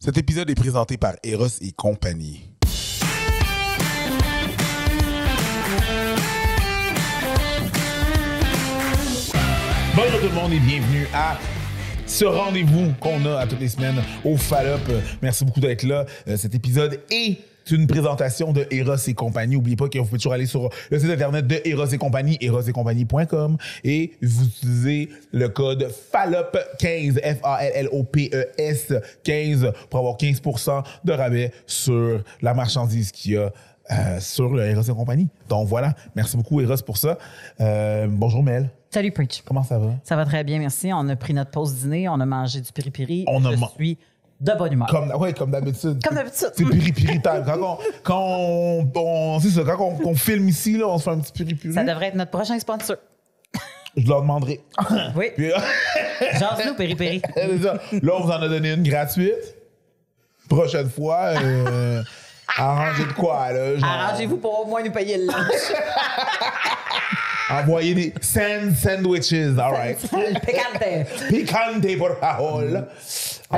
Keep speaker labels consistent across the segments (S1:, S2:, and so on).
S1: Cet épisode est présenté par Eros et compagnie. Bonjour tout le monde et bienvenue à ce rendez-vous qu'on a à toutes les semaines au Fallop. Euh, Merci beaucoup d'être là. Euh, Cet épisode est une présentation de Eros et compagnie. N'oubliez pas que vous pouvez toujours aller sur le site internet de Eros et compagnie, erosetcompagnie.com et vous utilisez le code FALLOP15, F-A-L-L-O-P-E-S 15 E pour avoir 15% de rabais sur la marchandise qu'il y a euh, sur le Eros et compagnie. Donc voilà, merci beaucoup Eros pour ça. Euh, bonjour Mel,
S2: Salut Preach.
S1: comment ça va?
S2: Ça va très bien, merci. On a pris notre pause dîner, on a mangé du piri-piri.
S1: On a
S2: Je
S1: man-
S2: suis de bonne humeur.
S1: Comme, ouais, comme d'habitude.
S2: Comme d'habitude.
S1: C'est piri-piri time. Quand on, quand on, on- c'est ça, quand on, qu'on filme ici, là, on se fait un petit piri-piri.
S2: Ça Ah. devrait être notre prochain sponsor.
S1: Je leur demanderai.
S2: Oui,
S1: Puis, Euh,
S2: jase-nous piri-piri.
S1: c'est ça. Là, on vous en a donné une gratuite. Prochaine fois, euh, arrangez de quoi, là? genre,
S2: Arrangez-vous pour au moins nous payer le lunch.
S1: Envoyez des sand sandwiches. All right.
S2: Le picante.
S1: Picante por favor.
S2: Euh,
S1: Euh,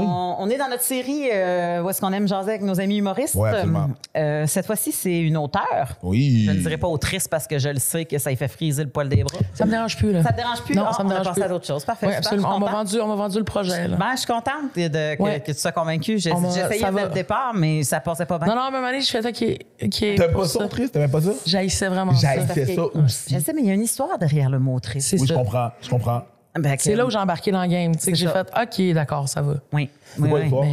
S1: oui.
S2: on, on est dans notre série euh, où est-ce qu'on aime jaser avec nos amis humoristes.
S1: Ouais, absolument.
S2: Euh, cette fois-ci, c'est une auteure.
S1: Oui.
S2: Je ne dirais pas autrice parce que je le sais que ça lui fait friser le poil des bras.
S3: Ça me dérange plus, là.
S2: Ça te dérange plus?
S3: Non,
S2: Ah,
S3: ça me
S2: on a
S3: dérange
S2: passé
S3: plus.
S2: à d'autres choses. Parfait.
S3: Oui,
S2: Super,
S3: absolument.
S2: je
S3: On
S2: suis
S3: m'a
S2: contente.
S3: vendu, on m'a vendu le projet, là.
S2: Ben, je suis contente de, de- que,
S3: Ah. Ouais.
S2: que tu sois convaincue. J'ai-
S3: On m'a-
S2: J'essayais
S3: ça
S2: dès
S3: va.
S2: le départ, mais ça passait pas bien.
S3: Non, non, même année, je fais ça qui est. Qui est
S1: T'aimes pas ça, triste? T'aimes pas ça?
S3: J'haïssais vraiment ça.
S1: J'haïssais
S2: parce que-
S1: ça aussi.
S2: Je sais, mais il y a une histoire derrière le mot triste.
S3: C'est
S1: Oui, je
S3: ça.
S1: comprends. Je comprends.
S2: Ben, que-
S3: C'est là où j'ai embarqué dans le game. Tu sais, que
S2: C'est
S3: j'ai
S2: ça.
S3: fait OK, d'accord, ça va.
S2: Oui.
S1: C'est
S2: oui,
S1: quoi
S2: oui.
S1: l'histoire?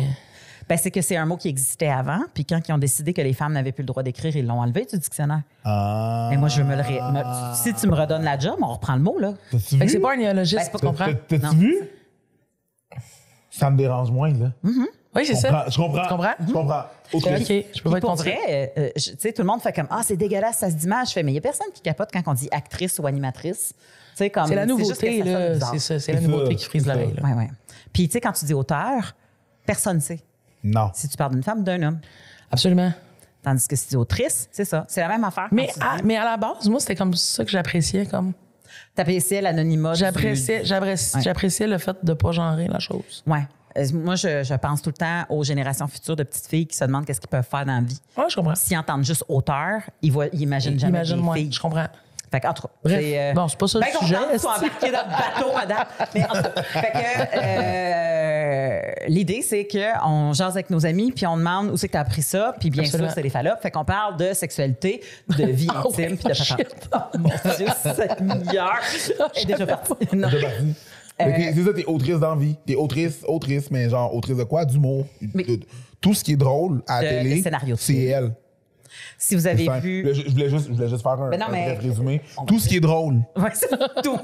S2: Ben, c'est que c'est un mot qui existait avant, puis quand ils ont décidé que les femmes n'avaient plus le droit d'écrire, ils l'ont enlevé du dictionnaire.
S1: Ah.
S2: Mais moi, je veux me le. ré- me- Si tu me redonnes la job, on reprend le mot, là.
S1: T'as-tu
S3: Fait que
S1: vu?
S3: c'est pas un
S2: Ben,
S3: néologiste,
S2: c'est
S3: tu comprends?
S1: T'as-
S2: Non.
S1: T'as-tu vu? Ça me dérange moins, là.
S3: Oui, c'est
S1: Je comprends, Je comprends.
S3: ça. Tu comprends?
S1: Je comprends. Autre chose.
S3: OK, je peux
S2: Puis
S3: pas être
S2: pour
S3: contre.
S2: vrai, euh, euh, je- tu sais, tout le monde fait comme Ah, c'est dégueulasse, ça se dit mal. Je fais, mais il n'y a personne qui capote quand on dit actrice ou animatrice. Tu sais, comme.
S3: C'est la
S2: juste que
S3: nouveauté,
S2: ça sonne
S3: là.
S2: bizarre.
S3: C'est ça. C'est
S1: C'est
S3: la
S1: ça,
S3: nouveauté qui frise
S1: c'est ça.
S3: l'oreille, là.
S2: Ouais, ouais. Puis, tu sais, quand tu dis auteur, personne ne sait
S1: Non.
S2: si tu parles d'une femme ou d'un homme.
S3: Absolument.
S2: Tandis que si tu dis autrice, c'est ça. C'est la même affaire.
S3: Mais
S2: Quand tu dis-
S3: à, mais à la base, moi, c'était comme ça que j'appréciais. comme
S2: T'appréciais l'anonymat. du-
S3: J'appréciais j'appréciais-
S2: Ouais.
S3: j'appréciais le fait de pas genrer la chose.
S2: Ouais. Euh, Moi, je, je pense tout le temps aux générations futures de petites filles qui se demandent qu'est-ce qu'ils peuvent faire dans la vie.
S3: Ouais, je comprends.
S2: S'ils entendent juste auteur, ils, voient, ils imaginent jamais des
S3: Imagine-moi.
S2: filles.
S3: Je comprends.
S2: Fait que, en tout cas,
S3: Bref, bon, c'est pas ça le
S2: ben
S3: sujet,
S2: contente que tu sois
S3: est-ce que-
S2: embarquée dans le bateau, madame. Mais en tout cas, fait que, euh, l'idée, c'est qu'on jase avec nos amis, puis on demande où c'est que tu as appris ça, puis bien
S3: Absolument.
S2: sûr, c'est les fallops. Fait qu'on parle de sexualité, de vie
S3: Ah ouais,
S2: intime, puis de
S3: oh
S2: patente.
S3: shit. Oh,
S2: Mon Dieu, cette meilleure est déjà partie. Non.
S1: C'est parti. Fait que C'est ça, t'es autrice d'envie. T'es autrice, autrice, mais genre autrice de quoi? D'humour.
S2: Mais-
S1: De- Tout ce qui est drôle à la
S2: De- de
S1: télé,
S2: scénario de
S1: c'est
S2: film.
S1: elle.
S2: Si vous avez
S1: Enfin,
S2: vu...
S1: Je je voulais juste, je voulais juste faire un,
S2: Ben non,
S1: un
S2: mais-
S1: bref résumé.
S2: On va
S1: Tout ce qui est drôle.
S2: Ouais, c'est tout. tout,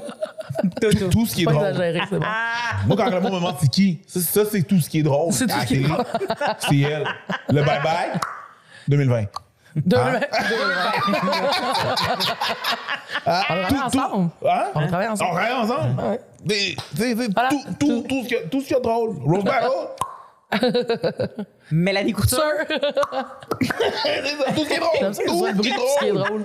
S2: tout.
S1: Tout ce qui est
S3: Pas
S1: drôle.
S3: exagéré, c'est bon.
S2: Ah!
S1: Moi, quand le monde me demande c'est qui, ça, ça, c'est tout ce qui est drôle.
S3: C'est tout
S1: à la
S3: ce qui est
S1: télé. C'est elle. Le bye-bye, 2020.
S3: Deux-
S2: Ah.
S1: On
S3: travaille ensemble. On travaille ensemble.
S1: Hein? On travaille ensemble.
S3: ouais.
S1: Des- t'sais, t'sais,
S3: Voilà.
S1: tout, tout, tout ce qu'il y a- tout ce qu'il y a de drôle. oh, Rose Battle,
S2: Mélanie Couture.
S1: eh, tout ce qui est drôle.
S3: J'aime ça que ce soit
S1: Tout ce qui
S3: brut, ce qui
S1: est
S3: est
S1: drôle.
S3: drôle.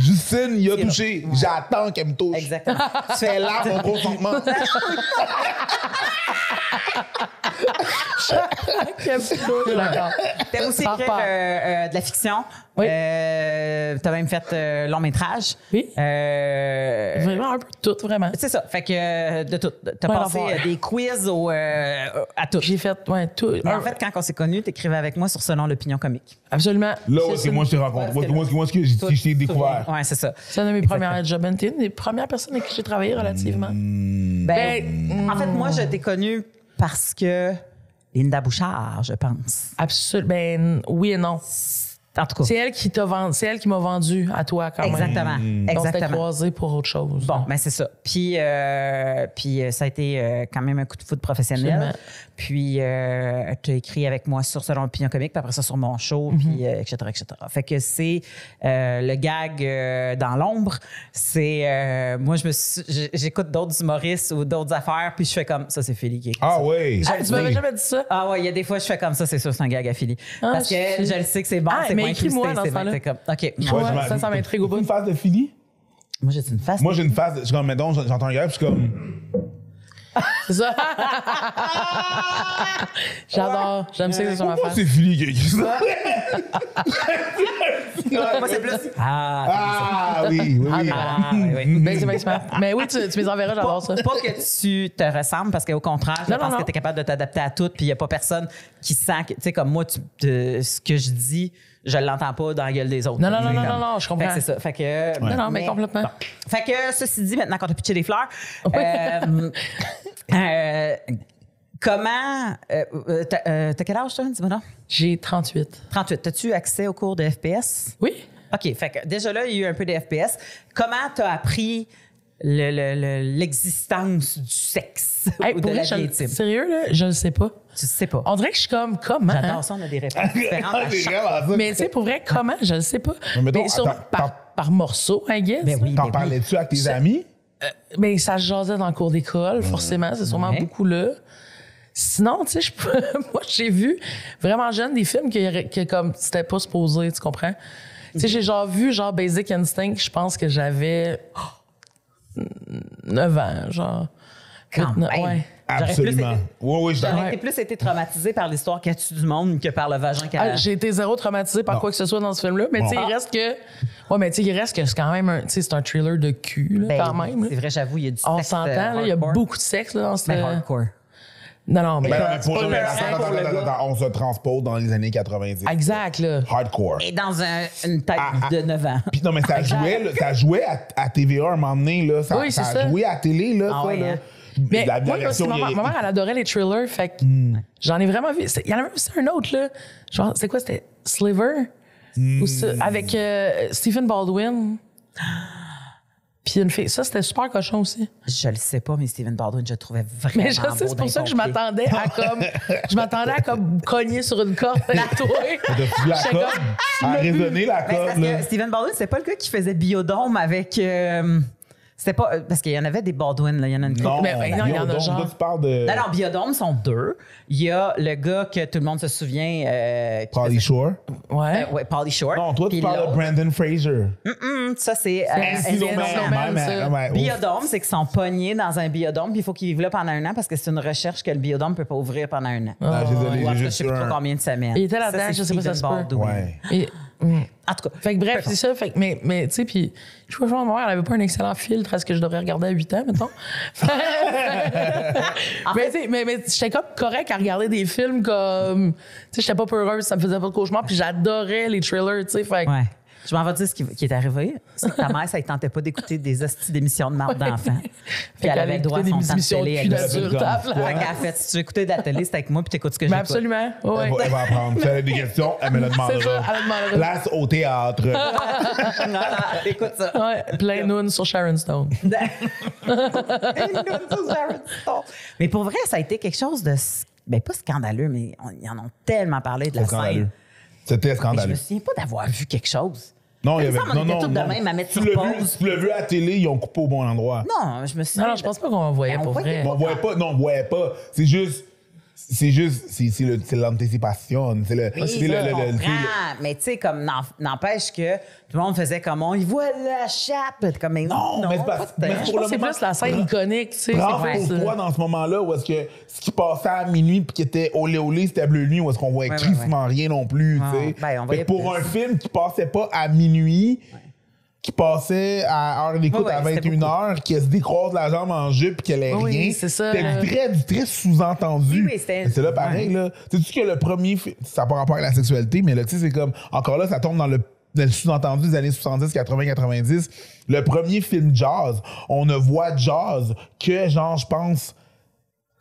S1: Justine, il a touché. J'attends qu'elle me touche.
S2: Exactement. Tu
S1: C'est
S2: fais
S1: là mon consentement.
S3: D'accord.
S2: T'aimes aussi
S3: Par
S2: écrire
S3: part.
S2: euh, euh, de la fiction.
S3: Oui.
S2: Euh, T'as même fait euh, long métrage.
S3: Oui.
S2: Euh,
S3: Vraiment un peu tout, vraiment.
S2: c'est ça. Fait que euh, de tout. T'as
S3: Ouais,
S2: passé
S3: l'enfer.
S2: euh, des quiz au, euh, à tout.
S3: J'ai fait, Ah ouais, tout.
S2: Mais
S3: un-
S2: en fait, quand on s'est connus, t'écrivais avec moi sur Selon l'opinion comique.
S3: absolument.
S1: Là, où c'est moi, je t'ai
S2: Ouais,
S1: rencontré.
S2: parce
S1: Moi,
S2: que
S1: moi, moi, ce que j'ai- je t'ai découvert.
S2: Ouais, c'est ça.
S3: C'est un de mes premières jobs. T'es une des premières personnes avec qui j'ai travaillé relativement.
S1: Mm.
S2: Ben,
S3: Ben,
S2: en fait, moi, je t'ai connu parce que Linda Bouchard, je pense.
S3: Absolument. Ben, oui et non.
S2: En tout cas.
S3: C'est elle qui t'a vendu, c'est elle qui m'a vendu à toi quand même.
S2: Exactement.
S1: Hmm.
S3: Donc, c'était
S2: Exactement.
S3: croisé pour autre chose.
S2: Bon, ben c'est ça. Puis, euh, puis euh, ça a été euh, quand même un coup de foudre professionnel.
S3: Absolument.
S2: Puis, euh, tu as écrit avec moi sur Selon l'opinion comique, puis après ça sur mon show,
S3: Mhm.
S2: puis euh, etc., etc. Fait que c'est euh, le gag euh, dans l'ombre. C'est. euh, moi, je me suis- j'- j'écoute d'autres humoristes ou d'autres affaires, puis je fais comme ça, c'est Philly qui écrit
S1: Ah ouais.
S3: Ah, tu m'avais
S1: Oui.
S3: jamais dit ça?
S2: ah ouais, il y a des fois, je fais comme ça, c'est sûr, c'est un gag à Philly.
S3: Ah,
S2: Parce que
S3: je-
S2: je le sais que c'est bon,
S3: Ah,
S2: c'est
S3: mais
S2: moins
S3: écris-moi
S2: twisté,
S3: dans
S2: c'est
S3: ce
S2: moins-
S3: temps-là.
S2: c'est comme, OK.
S1: Ouais,
S3: Ouais,
S1: je m'en-
S3: ça, ça m'intrigue au bout.
S1: Une phase de Philly?
S2: Moi, j'ai une face.
S1: Moi, j'ai une phase. Je suis comme, mettons, j'entends un gars, puis je suis comme.
S3: C'est ça? J'adore. J'aime ça que ce soit ma
S1: Moi,
S3: face.
S1: c'est fini, Guy. Ça.
S4: Moi, c'est plus.
S2: Ah,
S1: Ah oui, oui, oui.
S2: ah, oui, oui.
S3: Ben, c'est bien smart. Mais oui, tu, tu me les enverras, j'adore ça.
S2: Pas que tu te ressembles, parce qu'au contraire, je
S3: Non, non,
S2: pense
S3: non.
S2: que tu es capable de t'adapter à tout, puis il n'y a pas personne qui sent que, tu sais, comme moi, tu- te- ce que je dis, je l'entends pas dans la gueule des autres.
S3: Non, non, non,
S2: Comme-
S3: non, non, non, je
S2: Fait
S3: comprends.
S2: que c'est ça. Fait que.
S3: Non, non, mais, complètement.
S2: Fait que ceci dit, maintenant qu'on a pitché des fleurs, euh, euh, comment. euh, euh, t'as euh, t'as quel âge, toi, dis-moi donc?
S3: J'ai 38.
S2: 38. T'as-tu accès au cours de FPS?
S3: Oui?
S2: OK. Fait que déjà là, il y a eu un peu de FPS. Comment t'as appris le- le- le- l'existence du sexe
S3: Hey,
S2: ou de
S3: pour
S2: la
S3: vrai,
S2: vie
S3: je,
S2: intime?
S3: sérieux, là, je le sais pas.
S2: Tu sais pas.
S3: On dirait que je suis comme, comment? hein?
S2: J'adore ça, on a des
S1: Ah,
S2: réponses différentes à
S1: C'est
S2: chaque...
S1: vraiment ça.
S3: Mais tu sais, pour vrai, comment? Je le sais pas.
S1: Mais mettons,
S3: Mais sûrement
S1: attends,
S3: par,
S1: attends.
S3: par morceau, I guess.
S2: Ben oui, ben
S1: T'en
S2: oui.
S1: parlais-tu avec tes amis?
S3: Mais ça se jasait dans le cours d'école, forcément. C'est sûrement
S2: Mmh. Ouais.
S3: beaucoup là. Sinon, tu sais, je peux- moi, j'ai vu vraiment jeune des films que, que comme c'était pas supposé, tu comprends? Tu sais, j'ai genre vu genre Basic Instinct, je pense que j'avais 9 ans, genre.
S2: Quand
S3: Huit, neuf-
S2: même.
S3: ouais.
S2: J'aurais plus
S1: Absolument.
S2: été-
S1: Oui, oui, je Ben, suis d'accord.
S2: J'aurais été plus été traumatisée par l'histoire qu'a tu du monde que par le vagin qu'a.
S3: Ah, j'ai été zéro traumatisée par
S1: Bon.
S3: quoi que ce soit dans ce film-là, mais tu sais,
S1: Bon.
S3: il reste que. Ouais, mais tu sais, il reste que c'est quand même un. Tu sais, c'est un thriller de cul, là,
S2: Ben,
S3: quand même.
S2: C'est
S3: là.
S2: vrai, j'avoue, il y a du
S3: On
S2: sexe, euh,
S3: s'entend, là, il y a
S2: hardcore.
S3: beaucoup de sexe là, dans ce.
S2: Mais hardcore.
S3: Non, non, mais.
S1: Ben non, mais pour-
S2: pas
S1: mais
S2: le
S1: attends,
S2: rap
S1: attends,
S2: pour le
S1: attends,
S2: gars.
S1: attends, on se transpose dans les années 90.
S3: Exact, là.
S1: Hardcore.
S2: Et dans un- une tête
S1: Ah, ah.
S2: de 9 ans.
S1: Puis non, mais ça jouait, là, ça jouait à, à TVA à un moment donné, là. Ça,
S3: Oui, c'est
S1: ça
S3: ça.
S1: jouait à la télé, là.
S2: Ah
S1: ça,
S2: ouais,
S1: là.
S2: hein.
S3: Mais
S1: la, Mm. la
S3: moi, parce que
S1: version
S3: ma,
S1: vieille-
S3: ma mère, elle adorait les thrillers, fait que j'en ai vraiment vu. C'est- Il y en a même aussi un autre, là. Genre, c'est quoi, c'était Sliver?
S1: Mm.
S3: Ou ce- avec euh, Stephen Baldwin. Puis une fille. Ça, c'était super cochon aussi.
S2: Je le sais pas, mais Steven Baldwin, je le trouvais vraiment
S3: Mais je sais, c'est
S2: beau
S3: pour ça que je
S2: d'un pompier.
S3: m'attendais à comme. Je m'attendais à comme cogner sur une corde et tout.
S1: de fouler la
S3: J'étais
S1: corde,
S3: comme,
S1: à raisonner la
S2: Ben, c'est parce
S1: corde, là.
S2: que Steven Baldwin, c'est pas le gars qui faisait Biodome avec. euh, c'était pas. euh, Parce qu'il y en avait des Baldwin, là. Il y en a une couple.
S1: Non,
S3: Mais ben non, il y en a
S1: donc,
S3: genre-
S1: là, tu parles de
S2: Non, non, Biodome sont deux. Il y a le gars que tout le monde se souvient. Euh, qui
S1: Pauly Shore.
S3: Ouais.
S2: faisait- ouais, Pauly Shore.
S1: Hein? Non, toi, tu
S2: Puis
S1: parles de
S2: l'autre,
S1: Brandon Fraser.
S2: hum, Ça, c'est. euh,
S1: Ainsi,
S2: Alien
S1: Snowman,
S2: Man.
S1: Man,
S3: ça.
S1: Man, Man, ouais, ouf.
S2: Biodome, c'est qu'ils sont pognés dans un biodome, puis il faut qu'ils vivent là pendant un an parce que c'est une recherche que le biodome ne peut pas ouvrir pendant un an.
S1: Non, désolé,
S2: Ou en tout
S1: j'ai
S2: cas, je
S1: juste
S2: sais plus
S1: eu
S2: trop
S1: un-
S2: combien de semaines.
S3: Il était là-dedans,
S2: c'est
S3: je sais pas si ça
S2: Stephen
S3: se peut.
S2: Baldwin.
S1: Ouais.
S3: Et- mm.
S2: En tout cas,
S3: Fait que bref, c'est ça. Fait que, mais, mais tu sais, puis je crois que ma mère, elle avait pas un excellent filtre à ce que je devrais regarder à 8 ans, mettons. mais tu sais, mais, mais j'étais comme correct à regarder des films comme. Tu sais, j'étais pas peureuse, ça me faisait pas de cauchemar, puis j'adorais les thrillers, tu sais. Fait que-
S2: ouais. Je m'en vais te dire ce qui, qui est arrivé. C'est que ta mère, ça ne tentait pas d'écouter des hosties d'émissions de marde d'enfants. Puis elle
S3: qu'elle
S2: avait le droit à
S3: écoutait
S2: son temps de
S3: des émissions de
S2: télé.
S3: cul
S2: Elle
S1: là.
S2: a
S1: avait
S3: sur
S1: le
S3: table.
S1: gomme.
S2: fait qu'elle a fait, si tu veux écouter de la télé, c'est avec moi, puis t'écoutes ce que j'ai
S3: Mais
S2: pas.
S3: absolument.
S1: Elle
S3: Ouais.
S1: va, elle va apprendre. Si elle a des questions, elle me le demandera.
S3: ça, elle me demandera.
S1: Place au théâtre.
S2: Ah, Non, non, écoute ça.
S3: Ouais, plein noon sur Sharon Stone.
S2: mais pour vrai, ça a été quelque chose de... Ben, pas scandaleux, mais on- ils en ont tellement parlé de la
S1: C'était scandaleux.
S2: scène.
S1: C'était
S2: Mais je me
S1: scandaleux.
S2: souviens pas d'avoir vu quelque chose.
S1: Non, il y
S2: me
S1: avait.
S2: semble, on
S1: Non,
S2: était
S1: non,
S2: toutes de
S1: non.
S2: même à mettre
S1: Tu
S2: sur
S1: l'as
S2: pause.
S1: vu- tu l'as vu à la télé, ils ont coupé au bon endroit.
S2: Non, je me souviens.
S3: Non, non, je pense pas qu'on en voyait
S2: Ben, on
S3: pour
S2: voyait.
S3: vrai.
S1: Mais on voyait pas, non, on voyait pas. C'est juste, c'est juste, c'est c'est le- c'est l'anticipation. C'est le,
S2: Oui,
S1: c'est
S2: ça,
S1: le-
S2: je
S1: le- le-
S2: comprends. Ah, Mais tu sais, comme n'en- n'empêche que tout le monde faisait comme on y voit la chape. T'es Comme, mais non,
S1: Non, mais c'est pas-
S2: pas
S1: mais
S2: de-
S1: c'est
S3: Je
S1: pour
S3: pense que
S1: le
S3: c'est
S1: moment-
S3: plus la scène iconique, tu sais. c'est
S1: Prends
S3: plus,
S1: pour
S3: euh,
S1: toi dans ce moment-là où est-ce que ce qui passait à minuit puis qui était olé olé, c'était bleu nuit, où est-ce qu'on voyait
S2: Ouais, ouais,
S1: crissement rien non plus,
S2: Ah,
S1: tu sais.
S2: ben, on
S1: Fait
S2: voyait
S1: que pour
S2: plus.
S1: un film qui passait pas à minuit, qui passait à heure d'écoute
S2: Ouais, ouais,
S1: à
S2: c'était
S1: 21h, qui se décroise la jambe en jupe puis qu'elle ait
S3: Oui,
S1: rien,
S3: c'est ça,
S1: c'était
S3: là.
S1: du très, du très sous-entendu.
S2: Oui, oui, c'était-
S1: Mais c'est là pareil, là. Sais-tu que le premier, fi- ça n'a pas rapport avec la sexualité, mais là, tu sais, c'est comme, encore là, ça tombe dans le dans le sous-entendu des années 70, 80, 90, le premier film jazz, on ne voit jazz que, genre, je pense,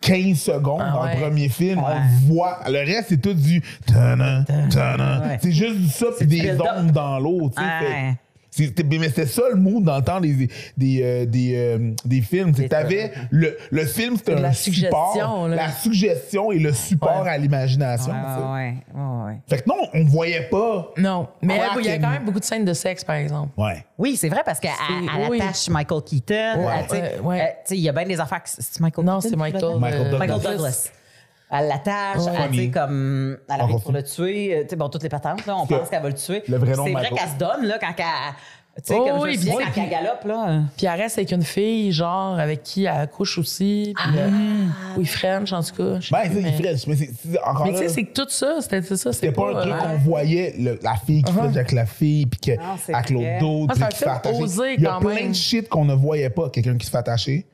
S1: 15 secondes
S3: Ah
S1: dans
S3: ouais.
S1: le premier film.
S2: Ouais.
S1: On le voit. Le reste, c'est tout du... tana, tana.
S2: Ouais.
S1: C'est juste du ça, puis
S2: du
S1: des
S2: build-up.
S1: ondes dans l'eau. tu sais,
S2: Ouais.
S1: fait- c'était- mais c'était ça le mot dans le temps des, des, euh, des, euh, des films. C'est que t'avais le, le film, c'était
S3: de
S1: un
S3: la
S1: Euh, support.
S3: suggestion, là.
S1: La suggestion et le support
S3: Ouais.
S1: à l'imagination.
S3: Ah
S1: tu sais.
S2: Ouais, Ah, ouais, ouais, ouais.
S1: Fait que non, on voyait pas.
S3: Non, mais
S1: Clark
S3: il y a
S1: and-
S3: quand même beaucoup de scènes de sexe, par exemple.
S1: Ouais.
S2: Oui, c'est vrai parce qu'elle elle
S3: oui.
S2: attache Michael Keaton.
S3: Ouais,
S2: elle, tu sais,
S3: ouais, ouais.
S2: euh, tu sais, Il y a bien des affaires. que- C'est Michael
S3: Non,
S2: Keaton
S3: c'est
S2: qui
S3: Michael,
S2: l'a fait?
S1: Michael
S3: euh,
S1: Douglas.
S2: Michael Douglas. Elle l'attache,
S3: Ouais.
S2: elle, tu sais,
S1: Funny.
S2: comme, elle arrive
S1: Encore
S2: pour le tuer. euh, Tu sais, bon, toutes les patentes, là, on
S1: que
S2: pense qu'elle va le tuer.
S1: le vrai nom
S2: C'est vrai
S1: Michael-
S2: qu'elle se donne, là, quand elle, Tu sais,
S3: Oh
S2: comme
S3: oui,
S2: je me souviens
S3: puis-
S2: quand elle galope, là.
S3: Puis elle reste avec une fille, genre, avec qui elle couche aussi. Puis, euh, ou ils French, en tout cas. je sais
S1: Ben,
S3: plus,
S1: c'est
S3: mais-
S1: il fraîche, mais c'est- c'est encore
S3: Mais tu
S1: là,
S3: sais, c'est que tout ça, c'était c'est ça.
S1: C'était pas un truc
S3: euh,
S1: qu'on voyait, le- la fille qui
S3: Uh-huh.
S1: flirte avec la fille, puis que,
S2: Non, c'est
S1: avec l'autre
S2: vrai.
S1: d'autre,
S3: Ah, c'est
S1: puis
S3: un
S1: qui se fait
S3: film
S1: attacher.
S3: osé,
S1: Il y a
S3: quand
S1: plein
S3: même.
S1: de shit qu'on ne voyait pas. Quelqu'un qui se fait attacher,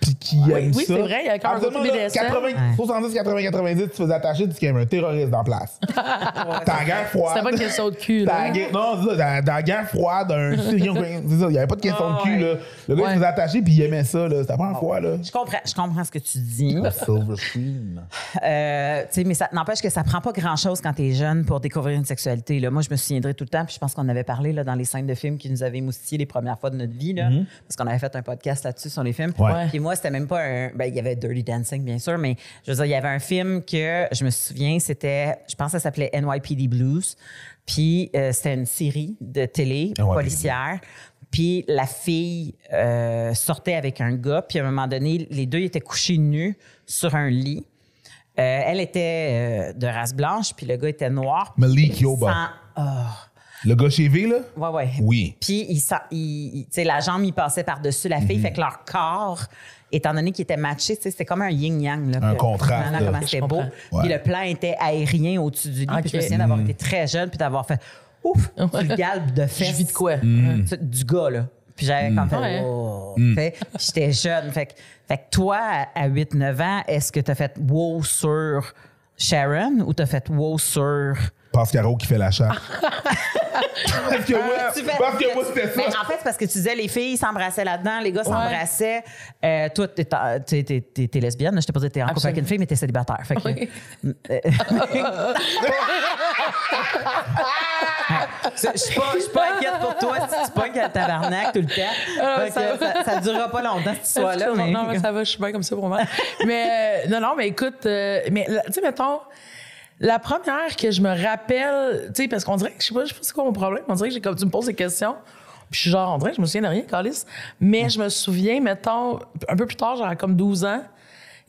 S1: puis qui aime
S3: oui,
S1: ça.
S3: c'est vrai, il y a quand même un
S1: Absolument,
S3: côté
S1: là,
S3: BDSM.
S1: 80, 70, 80, 90, tu te faisais attacher, tu dis qu'il y avait un terroriste en place. T'as la guerre froide.
S3: C'était pas une question de cul,
S1: T'as
S3: là.
S1: la guerre- Non, c'est ça, dans, dans la guerre froide, un Syrien, c'est ça, il n'y avait pas de question de cul, là. Le gars, il
S3: Ah, Ouais. Ah,
S1: se faisait attacher, puis il aimait ça, là. C'était pas un fois, là.
S2: Je comprends, je comprends ce que tu dis.
S1: Silver Queen.
S2: Euh, tu sais, mais ça n'empêche que ça prend pas grand-chose quand t'es jeune pour découvrir une sexualité. Là. Moi, je me souviendrai tout le temps, puis je pense qu'on avait parlé là, dans les scènes de films qui nous avaient moustillés les premières fois de notre vie, là, parce qu'on avait fait un podcast là-dessus sur les films.
S1: Ouais.
S2: Puis moi, c'était même pas un... Ben, il y avait Dirty Dancing, bien sûr, mais je veux dire, il y avait un film que, je me souviens, c'était... Je pense que ça s'appelait NYPD Blues. Puis euh, c'était une série de télé
S1: NYPD.
S2: policière. Puis la fille euh, sortait avec un gars, puis à un moment donné, les deux étaient couchés nus sur un lit. Euh, elle était euh, de race blanche, puis le gars était noir.
S1: Malik
S2: Sans-
S1: Yoba.
S2: Ah,
S1: Le gars chez V, là?
S2: ouais, ouais.
S1: Oui.
S2: Puis il, sent- il- il- tu sais, la jambe, il passait par-dessus la
S1: Mhm.
S2: fille, fait que leur corps, étant donné qu'ils étaient matchés, tu sais, c'était comme un yin-yang. là,
S1: Un
S2: que-
S1: contraste,
S2: vraiment
S1: là.
S2: comment c'était
S3: Je
S2: beau.
S3: comprends.
S1: Ouais. Mhm.
S2: Puis le plan était aérien au-dessus du lit. Puis je me
S3: Ok.
S2: souviens d'avoir été très jeune, puis d'avoir fait ouf, tu le galbes de
S3: Je
S2: fesses.
S3: vis de quoi?
S1: Mhm.
S2: Tu- du gars, là. Puis j'avais comme fait,
S3: Ouais.
S2: wow. Fait, puis j'étais jeune. Fait, que- fait que toi, à 8-9 ans, est-ce que t'as fait wow sur Sharon ou t'as fait wow sur.
S1: Pascaro qui fait la chatte. parce que moi,
S2: Euh, Tu fais-
S1: parce que moi c'était ça.
S2: Mais en fait, c'est parce que tu disais les filles s'embrassaient là-dedans, les gars s'embrassaient. Euh, toi, t'es, t'es- t'es- t'es- t'es lesbienne. Je t'ai pas dit que t'es en couple avec une fille, mais t'es célibataire. Fait que-
S3: Oui.
S2: Je suis pas, je suis pas inquiète pour toi si tu pognes à tabarnak tout le temps.
S3: Ah,
S2: Fait
S3: ça
S2: que ça, ça durera pas longtemps cette histoire-là. mais-
S3: Non, mais ça va, je suis bien comme ça pour moi. mais euh, non, non, mais écoute, euh, mais la- tu sais, mettons, la première que je me rappelle, tu sais, parce qu'on dirait que je sais pas, je sais pas c'est quoi mon problème, on dirait que j'ai comme tu me poses des questions. Puis je suis genre, on dirait que je me souviens de rien, Calis. Mais je me souviens, mettons, un peu plus tard, genre comme 12 ans,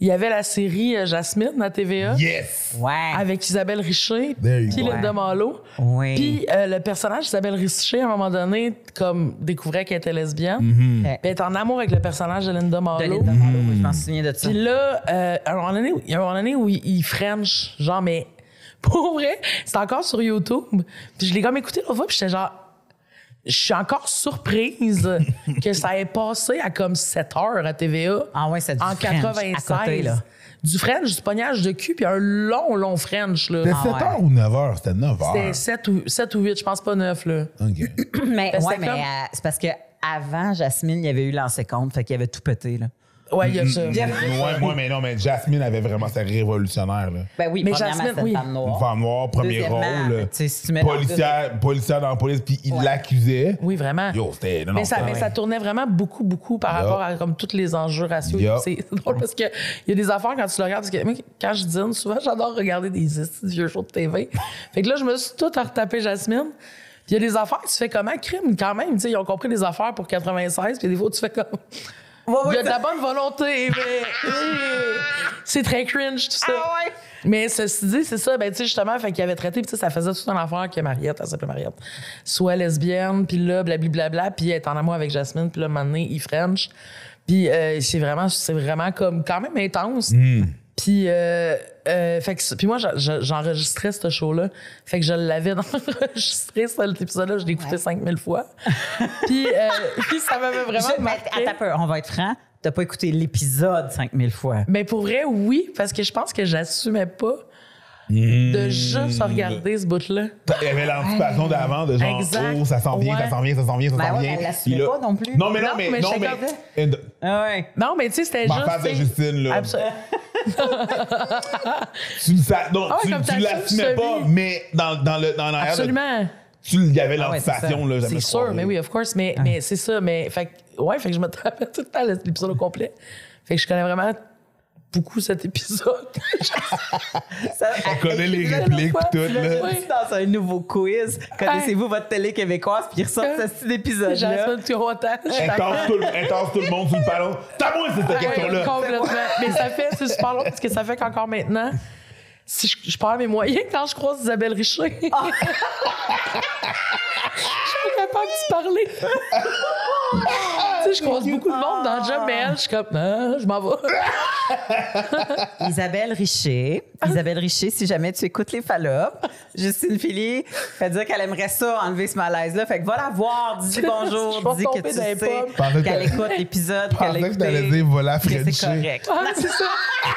S3: il y avait la série euh, Jasmine à TVA
S1: Yes!
S2: Ouais.
S3: avec Isabelle Richer,
S1: There you
S3: puis
S1: go.
S3: Linda Malo.
S2: Oui.
S3: Puis euh, le personnage d'Isabelle Richer, à un moment donné, comme découvrait qu'elle était lesbienne.
S1: Mm-hmm.
S2: Euh,
S3: Puis elle est en amour avec le personnage de Linda Malo.
S2: de Linda Marlowe, oui, je m'en souviens de ça.
S3: Puis là, euh, à un moment donné, il y a un moment donné où il, il French, genre, mais pour vrai, c'est encore sur YouTube. Puis je l'ai comme écouté l'autre fois, puis j'étais genre, je suis encore surprise que ça ait passé à comme 7 heures à TVA.
S2: Ah ouais, c'est du
S3: En
S2: French à
S3: 96.
S2: côté, là.
S3: Du French, du pognage de cul, puis un long, long French, là.
S1: C'était
S2: Ah
S1: 7
S2: ouais.
S1: h ou 9 h? C'était 9
S3: C'était
S1: h.
S3: 7 ou, 7 ou 8, je pense pas 9, là.
S1: OK.
S2: Mais,
S3: Parce que
S2: ouais,
S3: c'était
S2: mais
S3: comme-
S2: euh, c'est parce que avant Jasmine, il y avait eu l'ancien compte, fait qu'il avait tout pété. Là.
S3: Ouais, il y a ça.
S1: ouais, moi, mais non, mais Jasmine avait vraiment sa révolutionnaire, là.
S2: Ben oui,
S3: Mais
S2: premièrement,
S3: Jasmine,
S2: c'est une
S3: oui.
S2: femme noire.
S1: Une femme noire, premier
S2: Deuxièmement,
S1: rôle. euh,
S2: tu sais, si tu mets
S1: policière, policière dans la police, puis il l'accusait.
S3: Oui, vraiment.
S1: Yo, c'était. Non, non,
S3: mais, ça,
S1: c'était-
S3: mais ça tournait vraiment beaucoup, beaucoup par
S1: Ah Yup.
S3: rapport à comme tous les enjeux raciaux.
S1: Yup.
S3: C'est c'est drôle parce qu'il y a des affaires quand tu le regardes. Parce que moi, quand je dîne, souvent, j'adore regarder des esti de vieux shows de TV. fait que là, je me suis tout retapé Jasmine. Puis il y a des affaires que tu fais comment crime quand même. tu sais, Ils ont compris des affaires pour 96. Puis des fois, tu fais comme. Il y a de la bonne volonté, mais euh, c'est très cringe, tout ça.
S2: Ah ouais?
S3: Mais ceci dit, c'est ça, ben tu sais, justement, fait qu'il avait traité, puis tu sais, ça faisait tout un affaire que Mariette, elle s'appelait Mariette, soit lesbienne, puis là, blablabla, puis elle est en amour avec Jasmine, puis là, un moment donné, il French. Puis euh, c'est vraiment, c'est vraiment comme quand même intense. Puis, euh, euh, fait que, puis moi, j'en- j'en- j'enregistrais ce show-là. Fait que je l'avais enregistré, cet épisode-là. Je l'ai écouté 5000 fois. puis, euh, puis ça m'avait vraiment
S2: Je- ben, mais,
S3: marqué.
S2: attends un peu, on va être franc. T'as pas écouté l'épisode 5000 fois.
S3: Mais pour vrai, oui, parce que je pense que j'assumais pas
S1: Hmm.
S3: de juste regarder ce bout-là.
S1: Il y avait l'anticipation d'avant, de genre,
S3: Exact.
S1: oh, ça s'en vient, ça
S3: Ouais.
S1: s'en vient, ça s'en vient, ça
S2: Ben
S1: s'en
S2: ouais,
S1: vient.
S2: elle l'assumait
S1: Puis là-
S2: pas non plus.
S1: Non, mais non,
S3: Non,
S1: mais.
S3: mais
S1: Non,
S3: je regardais.
S1: mais. And-
S2: Ah ouais.
S3: Non, mais tu sais, c'était
S1: Ma
S3: juste.
S1: face de
S3: tu sais,
S1: Justine, là.
S3: absolu-
S1: Tu le sa- non,
S3: Ah ouais,
S1: tu,
S3: comme
S1: tu
S3: t'assumes,
S1: l'assumais
S3: je
S1: pas,
S3: vis.
S1: mais dans, dans le. Dans l'arrière de-
S3: Absolument.
S1: Tu il y avait
S2: Ah ouais, c'est
S1: l'anticipation,
S2: ça.
S1: là. jamais
S3: C'est
S1: je
S3: sûr,
S1: croirais.
S3: mais oui, of course. Mais,
S1: Ah.
S3: mais c'est ça. Mais, fait que- ouais, fait que je me tapais tout le temps l'épisode au complet. Fait que je connais vraiment beaucoup cet épisode.
S2: Ça,
S1: On connaît les
S2: Écrivez-le
S1: répliques,
S2: l'autre
S1: pis
S2: fois,
S1: tout,
S2: tu l'as
S1: là.
S2: dit Dans un nouveau quiz, connaissez-vous votre télé québécoise, puis il ressort ce style épisode-là.
S3: Jasmine Turotan.
S1: Elle tasse tout le- elle tasse tout le monde sur le ballon. T'as moi, cette
S3: Ah Ouais,
S1: question-là.
S3: complètement. Mais ça fait, c'est super long parce que ça fait qu'encore maintenant,
S2: Ah.
S3: si je, je perds mes moyens quand je croise Isabelle Richer. Chaque fois que tu parlais. tu sais, je
S2: Ah.
S3: croise beaucoup de monde dans le job, mais elle, je suis comme, Ah, je m'en vais.
S2: Isabelle Richer.
S3: Ah.
S2: Isabelle Richer, si jamais tu écoutes les falopes, Justine Philly fait dire qu'elle aimerait ça, enlever ce malaise-là. Fait que va la voir, dis
S3: Je
S2: bonjour,
S3: vais
S2: dis que
S3: tomber
S2: tu
S3: dans les pommes.
S2: sais
S1: Pensais
S2: qu'elle
S1: que-
S2: écoute l'épisode, qu'elle a
S1: pensais que
S2: écouté,
S1: t'allais dire, voilà,
S2: que
S1: Frenchie.
S2: c'est correct.
S3: Ah, c'est ça.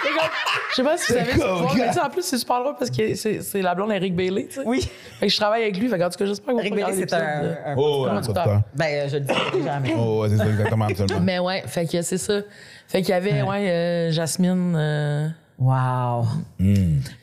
S3: C'est comme- Je sais pas si vous savez
S1: C'est
S3: cette histoire,
S1: comme-
S3: mais tu sais, en plus, c'est super drôle parce que c'est c'est la blonde Eric Bailey, tu sais.
S2: Oui.
S3: Fait que je travaille avec lui, fait que, en tout cas, j'espère qu'on va
S2: Eric Bellé,
S3: regarder
S2: c'est un...
S3: l'épisode.
S2: un-
S1: Oh, ouais,
S3: Conducteur.
S1: conducteur.
S2: Ben, euh, je le dis jamais.
S1: Oh, ouais, c'est ça, exactement, absolument.
S3: Mais ouais, fait que c'est ça. Fait qu'il y avait, ouais, euh, Jasmine. euh,
S2: Wow.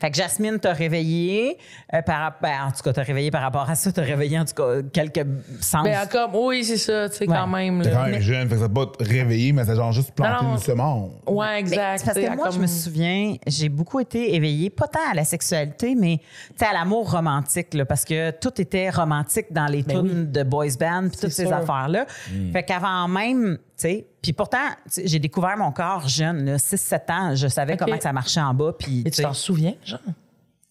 S2: Fait que Jasmine t'a réveillé euh, par rap- ben, en tout cas t'as réveillé par rapport à ça, t'as réveillé en tout cas quelques sens.
S3: Ben, elle comme, oui, c'est ça, tu sais, quand
S2: Ouais.
S3: même.
S1: T'es
S3: Là.
S1: quand même jeune, fait que ça peut pas te réveiller, mais ça genre juste planter
S3: Non, non.
S1: une semence.
S3: Ouais,
S2: Ben,
S3: exact.
S2: c'est parce
S3: tu sais,
S2: que
S3: elle
S2: moi, je
S3: comme-
S2: me souviens, j'ai beaucoup été éveillée, pas tant à la sexualité, mais tu sais, à l'amour romantique, là, parce que tout était romantique dans les tunes de boys band, puis toutes ces
S3: Ben sûr.
S2: affaires-là. Fait qu'avant même, tu sais, puis pourtant, tu sais, j'ai découvert mon corps jeune, 6-7 ans, je savais
S3: Ok.
S2: comment que ça marchait en bas, puis tu
S3: Mais tu
S2: sais,
S3: t'en souviens, genre?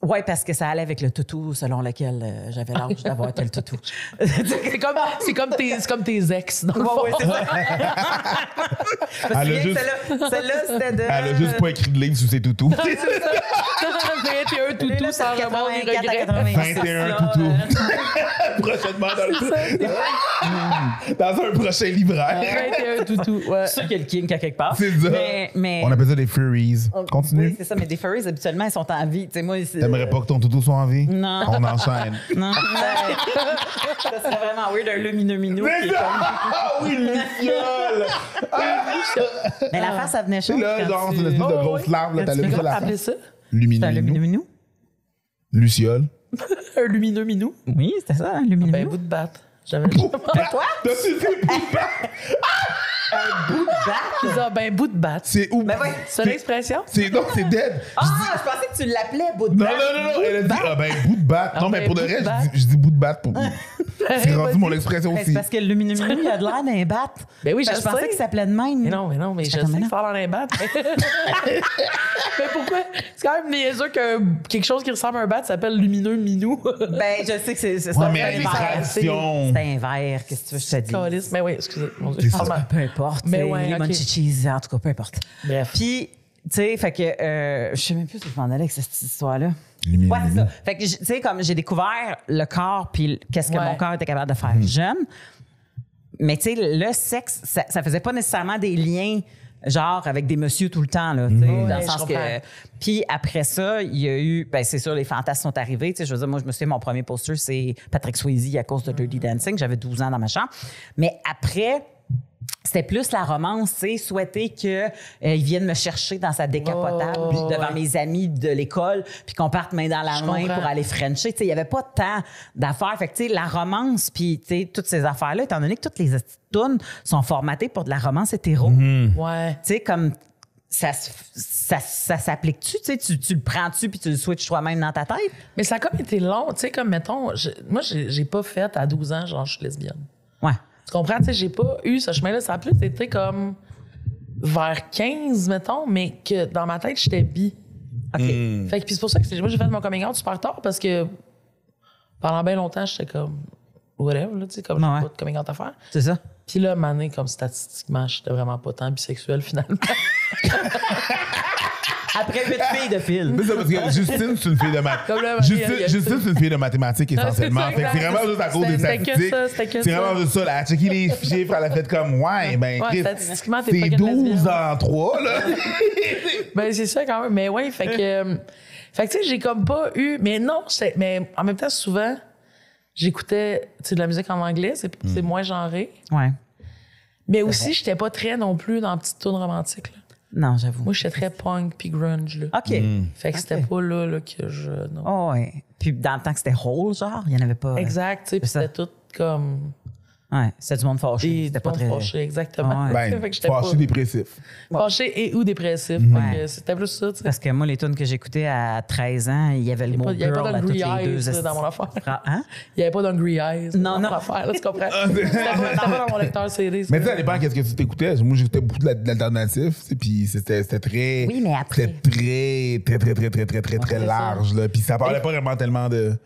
S2: Ouais, parce que ça allait avec le toutou selon lequel euh, j'avais l'âge d'avoir tel toutou.
S3: C'est comme, c'est comme, tes, c'est comme tes ex, dans le fond.
S2: Ouais, ouais, c'est ça. Je me
S1: Elle a
S2: souviens que
S1: juste-
S2: celle-là, celle-là, c'était de.
S1: Elle a juste pas écrit de livre sous ses toutous.
S3: Mais un
S2: Lui,
S3: toutou
S2: là, c'est
S3: sans remords ni
S2: 84 à
S3: regrets.
S2: 86,
S1: 21
S2: là,
S1: toutous.
S2: euh,
S1: Prochainement dans, le... dans un prochain libraire.
S3: 21 toutous, ouais.
S2: C'est sûr qu'il y a le kink à quelque part.
S1: C'est ça.
S2: Mais, mais-
S1: On appelle ça des Furies.
S2: Oui,
S1: Continue.
S2: c'est ça, mais des furries, habituellement, ils sont en vie. Tu sais, moi, c'est-
S1: T'aimerais pas que ton toutou soit en vie?
S2: Non.
S1: On enchaîne.
S2: Non, ça ça serait vraiment weird, un lumineux minou.
S1: Mais
S2: qui est
S1: non!
S2: comme-
S1: Ah oui, le luciole!
S2: Mais l'affaire, ça venait chaud.
S1: Là,
S2: quand
S1: genre,
S2: tu-
S1: c'est une espèce de
S3: Oh,
S1: grosse
S3: oui.
S1: larve, là, t'as le
S3: Mais
S1: bras
S3: comment
S1: à la
S3: t'appelais ça?
S2: C'est un
S1: Lumineux.
S2: lumineux
S1: minou.
S2: minou?
S1: Luciole.
S3: Un lumineux minou?
S2: Oui, c'était ça, un lumineux
S3: Ben,
S2: minou.
S3: bout de batte. J'avais
S2: Quoi?
S1: T'as-tu fait Poupa?
S2: Un bout de batte?
S3: Ils ont, ben, bout de batte.
S1: C'est où?
S2: Ben ouais.
S3: C'est l'expression?
S1: C'est non, c'est dead.
S2: Ah, je pensais que tu l'appelais bout de
S1: Non,
S2: batte.
S1: non, non, non,
S2: Bout
S1: elle a
S2: de
S1: dit,
S2: batte.
S1: ah ben, bout de batte.
S3: Ah
S1: non, mais
S3: ben,
S1: pour le
S3: bout de
S1: reste,
S3: batte.
S1: je dis- je dis bout de batte pour. C'est rendu
S3: Vas-y.
S1: mon expression
S2: Ben, C'est
S1: aussi.
S2: parce que le lumineux minou, il a de l'air d'un bat.
S3: Ben oui,
S2: Fait
S3: je
S2: que Je pensais
S3: sais.
S2: qu'il s'appelait de même.
S3: Mais non, mais non, mais je
S2: Attends, mais
S3: sais
S2: non.
S3: que ça dans les battes. Mais, mais pourquoi? C'est quand même niaiseux que quelque chose qui ressemble à un bat s'appelle lumineux minou.
S2: Ben, je sais que c'est c'est- c'est
S1: Ouais,
S2: un
S1: mais elle est
S2: verre.
S3: c'est-
S1: tradition.
S2: C'est un verre, qu'est-ce que tu veux que je te dise?
S3: Calisse. Mais Ben oui, excusez. Mon Dieu.
S1: ça.
S3: Ah, ben,
S2: Peu importe.
S3: Mais
S2: Mais
S3: ouais,
S2: les
S3: ok.
S2: munchies, en tout cas, peu importe.
S3: Bref.
S2: Puis, tu sais, fait que euh, je sais même plus où je m'en allais avec cette petite histoire-là.
S1: Lumineux
S2: Ouais, c'est
S1: minou.
S2: ça. Fait que, j- tu sais, comme j'ai découvert le corps, puis l- qu'est-ce que
S3: Ouais.
S2: mon corps était capable de faire jeune. Mais tu sais, le sexe, ça, ça faisait pas nécessairement des liens, genre, avec des messieurs tout le temps, là. tu sais, dans
S3: Mhm. Ouais,
S2: le
S3: je
S2: sens que.
S3: comprends.
S2: Puis après ça, il y a eu. Ben, c'est sûr, les fantasmes sont arrivés. Tu sais, je veux dire, moi, je me souviens, mon premier poster, c'est Patrick Swayze à cause de Dirty Dancing. J'avais 12 ans dans ma chambre. Mais après. C'était plus la romance, tu sais, souhaiter qu'il vienne me chercher dans sa décapotable
S3: Oh,
S2: puis devant
S3: ouais.
S2: mes amis de l'école, puis qu'on parte main dans la
S3: Je
S2: main
S3: comprends.
S2: pour aller frencher. Tu sais, Il n'y avait pas tant d'affaires. Fait que, tu sais, la romance, puis tu sais, toutes ces affaires-là, étant donné que toutes les petites tunes sont formatées pour de la romance hétéro,
S3: Mhm. Ouais.
S2: tu sais, comme ça, se- ça, ça s'applique-tu? Tu, sais, tu, tu le prends-tu puis tu le switches toi-même dans ta tête?
S3: Mais ça a comme été long. Tu sais, comme, mettons, je- moi, j'ai j'ai pas fait à 12 ans, genre, je suis lesbienne.
S2: Ouais.
S3: Tu comprends? Tu sais, j'ai pas eu ce chemin-là. Ça a plus été comme vers 15, mettons, mais que dans ma tête, j'étais bi.
S2: OK.
S3: Fait que, puis c'est pour ça que c'est- moi, j'ai fait mon coming out super tard parce que pendant bien longtemps, j'étais comme whatever, là, tu sais, comme j'ai
S2: Ouais.
S3: pas de coming out à faire.
S2: C'est ça?
S3: Puis là, mané, comme statistiquement, j'étais vraiment pas tant bisexuel finalement.
S2: Après huit filles de fil.
S1: C'est ça, parce que Justine, c'est une fille de
S3: Comme là,
S1: mathématiques.
S3: Marie,
S1: Justine,
S3: elle- Ah,
S1: Justine, c'est une fille de mathématiques essentiellement.
S3: c'est ça,
S1: Fait que c'est
S3: exact.
S1: vraiment juste à cause des
S3: C'était que ça,
S1: statistiques.
S3: c'était que
S1: C'est
S3: ça.
S1: vraiment juste ça. là. Elle a checké les chiffres, elle a fait comme, ouais, ben,
S3: Ouais,
S1: Chris,
S3: statistiquement, t'es
S1: c'est
S3: fucking
S1: 12
S3: lesbienne.
S1: en 3, là.
S3: ben, c'est ça quand même. Mais ouais, fait que. euh, fait que, tu sais, j'ai comme pas eu. Mais non, c'est- mais en même temps, souvent, j'écoutais tu sais, de la musique en anglais, c'est
S2: Hmm.
S3: c'est moins genré.
S2: Ouais.
S3: Mais aussi, j'étais pas très non plus dans petite tourne romantique. là.
S2: Non, j'avoue.
S3: Moi, j'étais très punk puis grunge. Là.
S2: OK.
S3: Fait que c'était
S2: Ah, Ok.
S3: pas là, là que je. non.
S2: Oh, ouais. Puis dans le temps que c'était rôle, genre, il n'y en avait pas.
S3: Exact, tu sais, puis
S2: ça.
S3: c'était tout comme.
S2: Ouais. C'était du monde fâché.
S3: Des
S2: C'était pas très. Ah,
S3: fâché, exactement.
S2: Ouais.
S3: Fait
S1: Ben,
S3: que j'étais pas
S1: fâché dépressif.
S3: fâché et ou dépressif. Fait que C'était plus ça, tu sais.
S2: Parce que moi, les tunes que j'écoutais à 13 ans, il y avait le
S3: Il y a
S2: mot
S3: pas- il y avait
S2: girl
S3: pas
S2: à toutes les
S3: d'hungry
S2: deux.
S3: eyes là, dans mon affaire.
S2: Ah, Hein?
S3: Il n'y avait pas d'Hungry Eyes. là,
S2: Non,
S3: dans
S2: non.
S3: mon affaire, là, tu comprends? C'était pas c'était pas dans mon lecteur CD. ça.
S1: Mais tu sais, à l'époque, qu'est-ce que tu t'écoutais? Moi, j'écoutais beaucoup de la- de l'alternatif, tu sais, puis c'était c'était très.
S2: Oui, mais après.
S1: C'était très, très, très, très, très, très, très, très
S3: c'est ça.
S1: large, là. Puis ça parlait pas vraiment tellement de.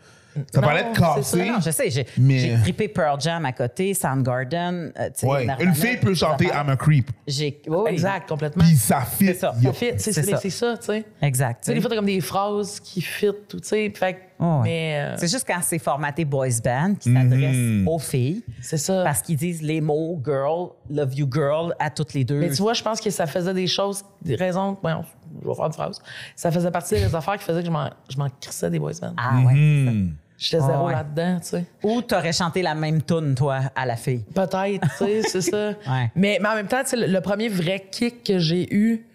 S1: Ça parlait de
S3: c'est
S1: casser.
S2: Non, je sais, j'ai
S1: Mais-
S2: j'ai trippé Pearl Jam à côté, Soundgarden. euh, tu sais,
S1: Ouais.
S2: Nirvana,
S1: Une fille peut
S2: ces
S1: chanter
S2: affaires.
S1: I'm a creep.
S2: J'ai- oui, oui.
S3: Exact, complètement.
S1: Puis ça fit.
S2: ça.
S1: yo.
S3: Ça fit, tu sais,
S2: C'est ça.
S3: c'est c'est ça, tu sais. Tu
S2: Exact.
S3: sais, des fois, t'as comme des phrases qui fit, tout, tu sais. Fait que-
S2: Ouais.
S3: mais euh,
S2: C'est juste quand c'est formaté boys band qui s'adresse
S1: Mm-hmm.
S2: aux filles
S3: c'est ça.
S2: parce qu'ils disent les mots girl, love you girl à toutes les deux.
S3: Mais tu vois, je pense que ça faisait des choses, des raisons. Voyons, je vais faire une phrase. Ça faisait partie des affaires qui faisaient que je m'en- je m'en crissais des boys bands.
S2: ah ouais.
S1: Mm-hmm.
S3: J'étais zéro
S2: ouais.
S3: là-dedans, tu sais.
S2: Ou t'aurais chanté la même tune toi à la fille.
S3: Peut-être, tu sais, c'est ça.
S2: Ouais.
S3: Mais, mais en même temps, tu sais, le, le premier vrai kick que j'ai eu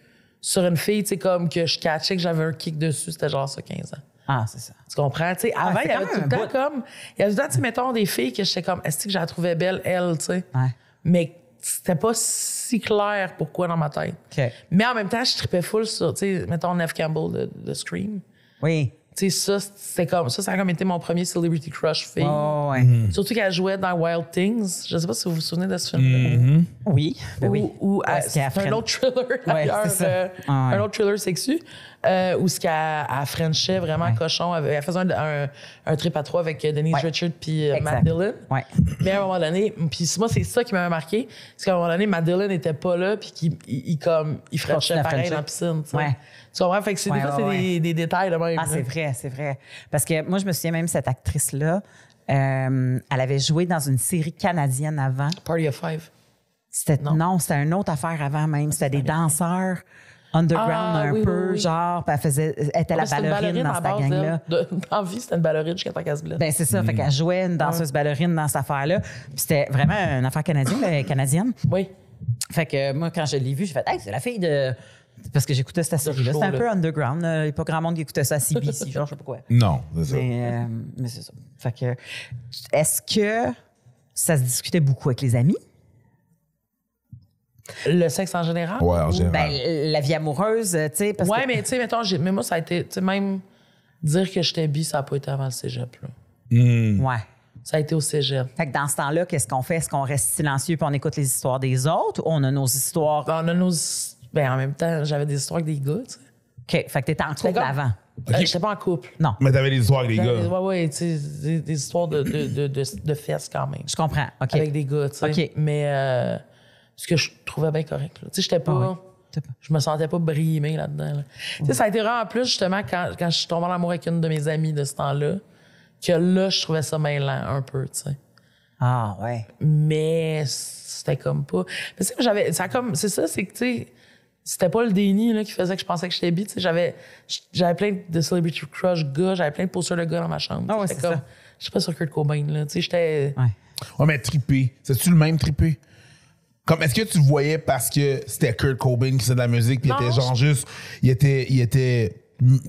S3: sur une fille, tu sais, comme que je catchais que j'avais un kick dessus, c'était genre ça, 15 ans.
S2: Ah c'est ça.
S3: Tu comprends? Tu sais, avant,
S2: Ah, c'est
S3: il y avait
S2: quand
S3: tout le
S2: même un
S3: temps comme. Il y avait tout le temps, tu sais, mettons, des filles que j'étais comme, est-ce que je la trouvais belle, elle, tu sais?
S2: Ouais.
S3: Mais c'était pas si clair pourquoi dans ma tête.
S2: Ok.
S3: Mais en même temps, je tripais full sur, tu sais, mettons, Neve Campbell de, de Scream.
S2: Oui.
S3: Tu sais, ça, c'était comme. Ça, ça a comme été mon premier celebrity crush fille.
S2: Oh, ouais.
S3: Surtout qu'elle jouait dans Wild Things. Je sais pas si vous vous souvenez de ce film-là.
S2: Mm-hmm. Oui. Ben oui.
S3: Ou, ou
S2: Ouais,
S3: à-
S2: ce qu'elle
S3: c'est un
S2: freine-
S3: autre thriller
S2: Ouais,
S3: d'ailleurs,
S2: c'est ça.
S3: euh,
S2: Ah ouais.
S3: un autre thriller sexu euh, où ce qu'elle elle frenchait vraiment cochon avec- elle faisait un, un, un trip à trois avec euh, Denise
S2: Ouais.
S3: Richard puis euh,
S2: Exact.
S3: Matt Dillon
S2: Ouais.
S3: mais à un moment donné puis moi c'est ça qui m'avait marqué c'est qu'à un moment donné Matt Dillon n'était pas là puis qu'il il, il comme il
S2: Continue à
S3: frenchait pareil
S2: frencher.
S3: dans la piscine tu sais.
S2: Ouais.
S3: tu comprends fait que c'est
S2: Ouais,
S3: des fois
S2: ouais,
S3: c'est des, des détails de même
S2: Ah, c'est
S3: là.
S2: vrai, c'est vrai. Parce que moi, je me souviens même cette actrice-là, euh, elle avait joué dans une série canadienne avant.
S3: Party of Five
S2: C'était non, c'était une autre affaire avant même. C'était des danseurs underground
S3: Ah,
S2: un
S3: oui,
S2: peu,
S3: oui, oui.
S2: genre. Puis elle faisait, elle était la
S3: Ah, c'était une
S2: ballerine dans
S3: à
S2: cette
S3: base,
S2: gang-là.
S3: elle. Mm. De- dans la vie c'était une ballerine jusqu'à temps qu'elle se blesse
S2: Ben c'est ça, fait qu'elle jouait une danseuse ballerine dans cette affaire-là. Puis c'était vraiment une affaire canadienne, euh, canadienne.
S3: oui
S2: Fait que euh, moi, quand je l'ai vue, j'ai fait, hey, c'est la fille de. Parce que j'écoutais cette série-là.
S3: show,
S2: C'était un
S3: là.
S2: peu underground. là. Il n'y a pas grand monde qui écoutait ça à CBC, genre, je sais pas quoi.
S1: Non, c'est ça.
S2: Mais, euh, mais c'est ça. Fait que, est-ce que ça se discutait beaucoup avec les amis?
S3: le sexe en général
S1: Ouais, en général.
S2: Ben, la vie amoureuse, euh, tu sais, parce
S3: ouais,
S2: que...
S3: mais tu sais, mettons, j'ai- mais moi, ça a été, tu sais, même dire que j'étais bi, ça n'a pas été avant le cégep, là.
S2: Mm. Ouais.
S3: Ça a été au cégep.
S2: Fait que dans ce temps-là, qu'est-ce qu'on fait? Est-ce qu'on reste silencieux puis on écoute les histoires des autres ou on a nos histoires?
S3: Ben, on a nos. Ben, en même temps, j'avais des histoires avec des gars, tu sais.
S2: OK. Fait que t'étais en couple
S3: comme-
S2: avant.
S1: Ok.
S3: Euh, j'étais pas en couple.
S2: Non,
S1: Mais t'avais des histoires avec les
S3: J'avais des-
S1: gars.
S3: Ouais, ouais, tu sais, des, des histoires de, de, de, de- de fesses quand même.
S2: je comprends. OK.
S3: Avec des gars, tu sais.
S2: Ok.
S3: Mais euh, ce que je trouvais bien correct, là. Tu sais, j'étais pas.
S2: Ah ouais. T'as pas-
S3: Je me sentais pas brimée là-dedans. là. Tu sais, ça a été vraiment en plus, justement, quand, quand je suis tombée en amour avec une de mes amies de ce temps-là, que là, je trouvais ça mêlant un peu, tu sais.
S2: Ah, ouais.
S3: mais c'était comme pas. Mais c'est que j'avais, ça a comme, c'est ça, c'est que tu sais, c'était pas le déni là, qui faisait que je pensais que j'étais bi. tu sais, J'avais, j'avais plein de celebrity crush gars, j'avais plein de postures de gars dans ma chambre.
S2: Ah ouais,
S3: J'étais
S2: c'est
S3: comme,
S2: ça.
S3: Je sais pas sur Kurt Cobain là, tu sais, j'étais.
S2: Ouais.
S1: Ouais, mais trippé. C'est-tu le même trippé? Comme, est-ce que tu le voyais parce que c'était Kurt Cobain qui faisait de la musique, puis il
S3: Non,
S1: était genre juste. Il était. Il était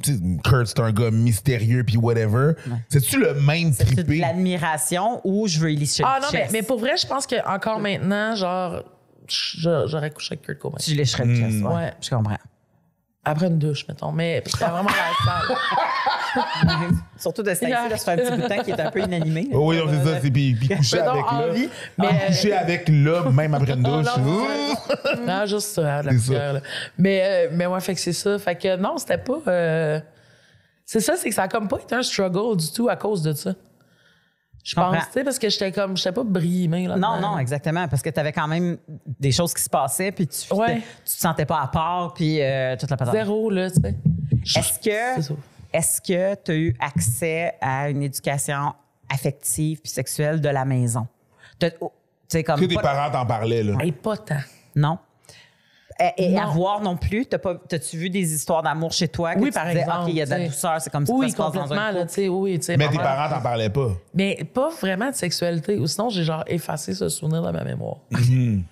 S1: tu sais, Kurt, c'est un gars mystérieux, puis whatever. C'est-tu le même
S2: C'est de
S1: trippé?
S2: l'admiration ou je veux Elise
S3: Ah non, mais, mais pour vrai, je pense que encore maintenant, genre, je- j'aurais couché avec Kurt Cobain.
S2: Tu lécherais
S1: Hmm.
S2: le chest, ouais.
S3: Ouais.
S2: Je comprends.
S3: Après une douche, mettons, mais c'était vraiment la salle.
S2: Surtout de
S3: ici, là,
S2: ça
S3: ça fait un
S2: un petit bout de temps qui est un peu inanimé.
S1: Oh oui, non, c'est ça. C'est puis, puis coucher
S3: Mettons,
S1: avec
S3: en
S1: là.
S3: vie,
S1: puis
S3: mais-
S1: coucher avec là, même après une douche.
S3: non,
S1: Ouh!
S3: non, juste ça, de la
S1: C'est ça.
S3: poussière. là. Mais, euh, mais ouais, fait que c'est ça. Fait que non, c'était pas. euh, C'est ça, c'est que ça a comme pas été un struggle du tout à cause de ça. Je
S2: Comprends.
S3: pense, tu sais, parce que j'étais comme. J'étais pas brimée là
S2: Non, non, exactement, parce que tu avais quand même des choses qui se passaient, puis tu,
S3: Ouais.
S2: tu te sentais pas à part, puis euh, toute la patente.
S3: Zéro, là, tu sais.
S2: Est-ce
S3: C'est
S2: que
S3: ça.
S2: est-ce que tu as eu accès à une éducation affective puis sexuelle de la maison? T'as- oh, Tu sais, comme.
S1: Que tes
S2: pas-
S1: parents t'en parlaient, là.
S3: Et pas tant.
S2: Non. Et, et
S3: Non.
S2: à voir non plus, t'as pas- t'as-tu vu des histoires d'amour chez toi? que
S3: Oui,
S2: tu
S3: par
S2: disais,
S3: exemple,
S2: OK, il y a de la
S3: tu sais.
S2: douceur, c'est comme ça que
S3: Oui,
S2: ça se passe dans
S3: complètement,
S2: un
S3: là,
S2: couple.
S3: tu sais, oui, tu sais.
S1: Mais
S3: ma
S1: tes
S3: mère-
S1: parents t'en parlaient pas.
S3: Mais pas vraiment de sexualité, ou sinon j'ai genre effacé ce souvenir de ma mémoire.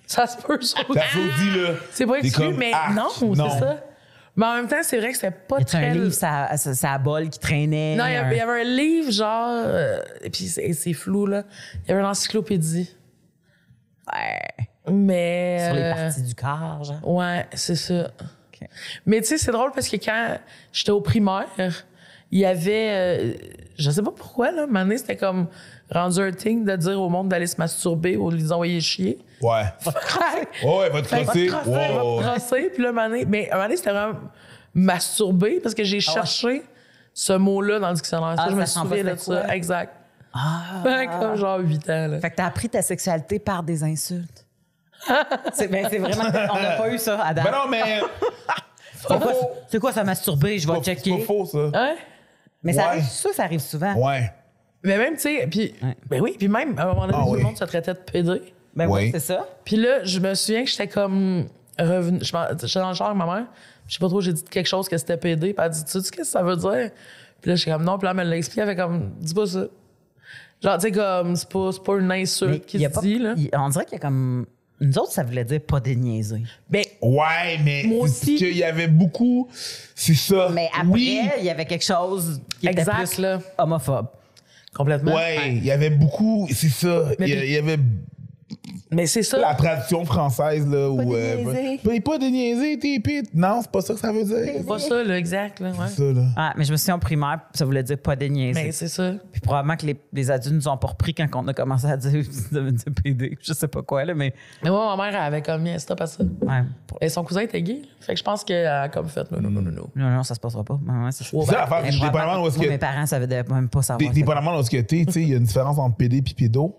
S3: ça se peut, ça
S1: Mhm. Ça se dit, là.
S3: Ah. C'est pas
S1: t'es
S3: exclu,
S1: comme,
S3: mais
S1: ah,
S3: non, c'est ça. Mais en même temps, c'est vrai que c'était pas
S2: Y a-tu
S3: très.
S2: un livre, ça, ça, ça a bol qui traînait?
S3: Non, il y,
S2: un-
S3: avait, il y avait un livre, genre, euh, et puis c'est c'est flou, là. Il y avait une encyclopédie.
S2: Ouais.
S3: Mais.
S2: Sur les
S3: euh,
S2: parties du corps, genre.
S3: Ouais, c'est ça.
S2: OK.
S3: Mais tu sais, c'est drôle parce que quand j'étais au primaire, il y avait. euh, je sais pas pourquoi, là. Mané, c'était comme rendu un thing de dire au monde d'aller se masturber ou de les envoyer chier.
S1: Ouais. Ouais, ouais, va te
S3: Fait que va
S1: crosser.
S3: te crosser,
S1: Ouais, ouais,
S3: va te
S1: ouais.
S3: crosser. Puis là, Mané, mais Mané, c'était vraiment masturbé parce que j'ai cherché ce mot-là dans le dictionnaire. Ça,
S2: Ah,
S3: je me
S2: ça s'en
S3: souviens
S2: va,
S3: de
S2: c'était
S3: ça.
S2: quoi?
S3: Exact.
S2: Ah.
S3: Ben, Comme genre 8 ans. Là.
S2: Fait que t'as appris ta sexualité par des insultes. c'est ben, c'est vraiment. On n'a pas eu ça à date.
S1: Ben non, mais. c'est pas faux.
S2: C'est quoi- C'est quoi ça masturber? Je vais
S1: C'est pas- c'est pas
S2: checker.
S1: faux, ça.
S3: Hein?
S2: Mais ça
S1: Ouais.
S2: arrive, ça, ça arrive souvent.
S1: Ouais.
S3: Mais même, tu sais, puis
S2: Ouais.
S3: ben oui, puis même, à un moment donné,
S1: Ah
S3: tout
S1: oui.
S3: le monde se traitait de PD.
S2: Ben oui,
S1: Ouais.
S2: c'est ça.
S3: Puis là, je me souviens que j'étais comme revenue. je m'en- J'étais dans le char avec ma mère. Je sais pas trop, j'ai dit quelque chose que c'était PD. Puis elle a dit, tu sais qu'est-ce que ça veut dire? Puis là, j'étais comme non. Puis là, elle me l'a expliqué. Elle fait comme, dis pas ça. Genre, tu sais, comme, c'est pas, c'est pas une
S2: Mais
S3: insulte Euh, qui
S2: y
S3: se
S2: a pas-
S3: dit, là.
S2: y- on dirait qu'il y a comme. Nous autres, ça voulait dire pas déniaiser.
S3: Ben,
S1: Ouais, mais.
S3: Moi
S1: c'est
S3: aussi.
S1: qu'il y avait beaucoup. C'est ça.
S2: Mais après, hein.
S1: Oui.
S2: il y avait quelque chose qui
S3: Exact,
S2: était plus
S3: là.
S2: homophobe.
S3: complètement.
S1: Ouais, il y avait beaucoup. C'est ça. Il
S3: Mais
S1: y, a-
S3: puis-
S1: il y avait
S3: Mais c'est ça.
S1: la traduction française, là. Pas où,
S2: déniaiser.
S1: pas- pas déniaiser, t'es pite. Non, c'est pas ça que ça veut dire.
S3: C'est pas ça, là, exact, là. Ouais.
S1: C'est ça, là.
S2: Ah, mais je me souviens en primaire, ça voulait dire pas déniaiser.
S3: Mais c'est ça.
S2: Puis probablement que les, les adultes nous ont pas repris quand on a commencé à dire, dire PD, je sais pas quoi, là, mais.
S3: Mais moi, ma mère, elle avait comme mis un stop à ça.
S2: Ouais, pour-
S3: Et son cousin était gay. là. Fait que je pense qu'elle a comme fait, non, non, non, non, non.
S2: Non, non, ça se passera pas. Ouais, ouais, c'est ça.
S3: Ouais,
S1: C'est ça, l'affaire,
S2: Mais
S1: dépendamment
S2: probablement-
S1: où est-ce
S2: moi,
S1: que.
S2: Mes parents savaient de- même pas
S1: Dé-
S2: savoir.
S1: dépendamment de ce que t'es, tu sais, il y a une différence entre PD et pédo.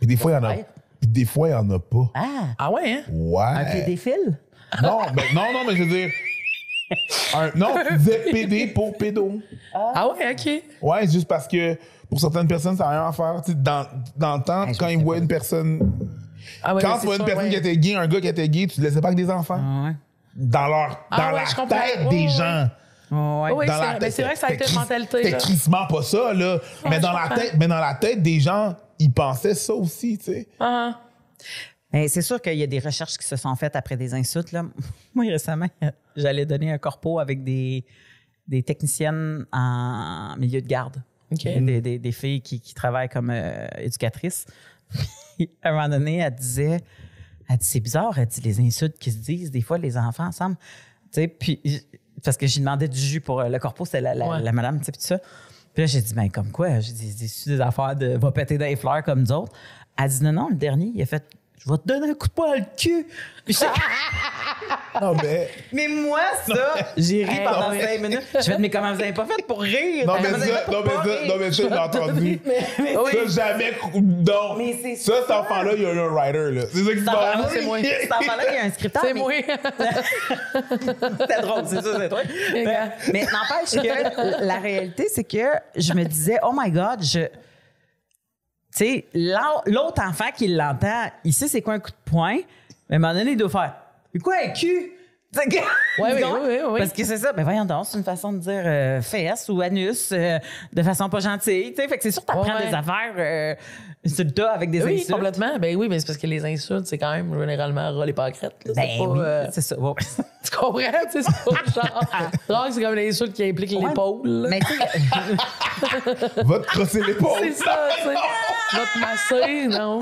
S1: Puis des fois, il y en a.
S2: Ouais.
S1: Puis des fois, il y en a pas.
S2: Ah,
S3: Ah ouais, hein?
S2: un
S1: Ouais.
S2: pédéphile?
S1: Non, mais, non, non, mais je veux dire. un- non, tu disais PD pour pédo.
S3: Ah ouais, OK.
S1: Ouais, c'est juste parce que pour certaines personnes, ça n'a rien à faire. Tu sais, dans, dans le temps,
S2: Ouais, je
S1: quand ils
S2: sais
S1: voient
S2: pas.
S1: une personne.
S3: Ah ouais, mais
S1: quand
S3: c'est
S1: tu vois une
S3: sûr,
S1: personne
S3: ouais.
S1: qui était gay, un gars qui était gay, tu ne laissais pas que des enfants.
S2: Ah, ouais.
S1: Dans leur
S3: Ah
S1: dans
S3: ouais,
S1: la
S3: je comprends.
S1: tête
S3: Ouais,
S1: des
S3: ouais.
S1: gens.
S2: Ah, ouais.
S3: Oui,
S1: Dans
S3: c'est
S1: la
S3: vrai.
S1: tête,
S3: Mais c'est vrai que ça a été
S1: c'était cri-
S3: cette mentalité.
S1: C'était
S3: là.
S1: crissement pas ça, là. mais,
S3: je
S1: dans la
S3: comprends.
S1: tête, mais dans la tête des gens, ils pensaient ça aussi, tu sais.
S3: Ah,
S2: Eh, c'est sûr qu'il y a des recherches qui se sont faites après des insultes. Là. Moi, récemment, j'allais donner un corpo avec des, des techniciennes en milieu de garde.
S3: OK.
S2: Des, des- des filles qui, qui travaillent comme euh, éducatrices. Puis, à un moment donné, elle disait, elle dit, c'est bizarre, elle dit, les insultes qui se disent, des fois, les enfants ensemble. Tu sais, puis, j- parce que j'ai demandé du jus pour euh, le corpo, c'est la, la,
S3: Ouais.
S2: la madame, tu sais, puis tout ça. Puis là, j'ai dit, ben, comme quoi? J'ai dit, c'est des affaires de va péter dans les fleurs comme nous autres. Elle dit, non, non, le dernier, il a fait, je vais te donner un coup de poing dans le cul. Puis j'étais-
S1: Non, mais.
S2: mais moi, ça, j'ai ri
S3: Hey,
S2: pendant
S3: non, mais-
S2: cinq minutes. Je fais, mais comment vous avez pas fait pour rire?
S1: Non, mais
S2: Comment vous avez
S1: ça,
S2: fait pour
S1: non, mais
S2: pas
S1: ça,
S2: rire?
S1: non, mais ça, je l'ai entendu.
S2: Mais-
S1: Ça, jamais. cou- Non.
S2: Mais c'est
S1: ça, cet
S2: ça.
S1: enfant-là, il y a eu un writer, là. C'est ça qui se
S2: Cet
S1: passe.
S2: enfant-là, c'est moi. Cet enfant-là, il y a un scripteur.
S3: C'est
S2: mais
S3: moi.
S2: C'était drôle, c'est ça, c'est toi. Mais, mais n'empêche que la réalité, c'est que je me disais, oh my God, je. Tu sais, l'en- l'autre enfant qui l'entend, il sait c'est quoi un coup de poing, mais à un moment donné, il doit faire C'est quoi un cul? Tu sais que-
S3: Ouais, oui,
S2: Dis donc.
S3: oui, oui, oui.
S2: Parce que c'est ça, ben voyons donc, c'est une façon de dire euh, fesse ou anus euh, de façon pas gentille. Tu sais, fait que c'est sûr que t'apprends
S3: Ouais.
S2: des affaires euh, sur le tas avec des
S3: Oui,
S2: insultes.
S3: complètement. Ben oui, mais c'est parce que les insultes, c'est quand même généralement ras les pâquerettes. là.
S2: Ben
S3: C'est pas,
S2: oui,
S3: euh,
S2: c'est ça. ouais.
S3: Tu comprends? Tu sais, C'est pas genre. Rare que c'est comme l'insulte qui implique l'épaule. là.
S2: Mais tu sais,
S1: Va te crosser
S3: C'est
S1: l'épaule.
S3: ça, tu sais. Va te masser, non?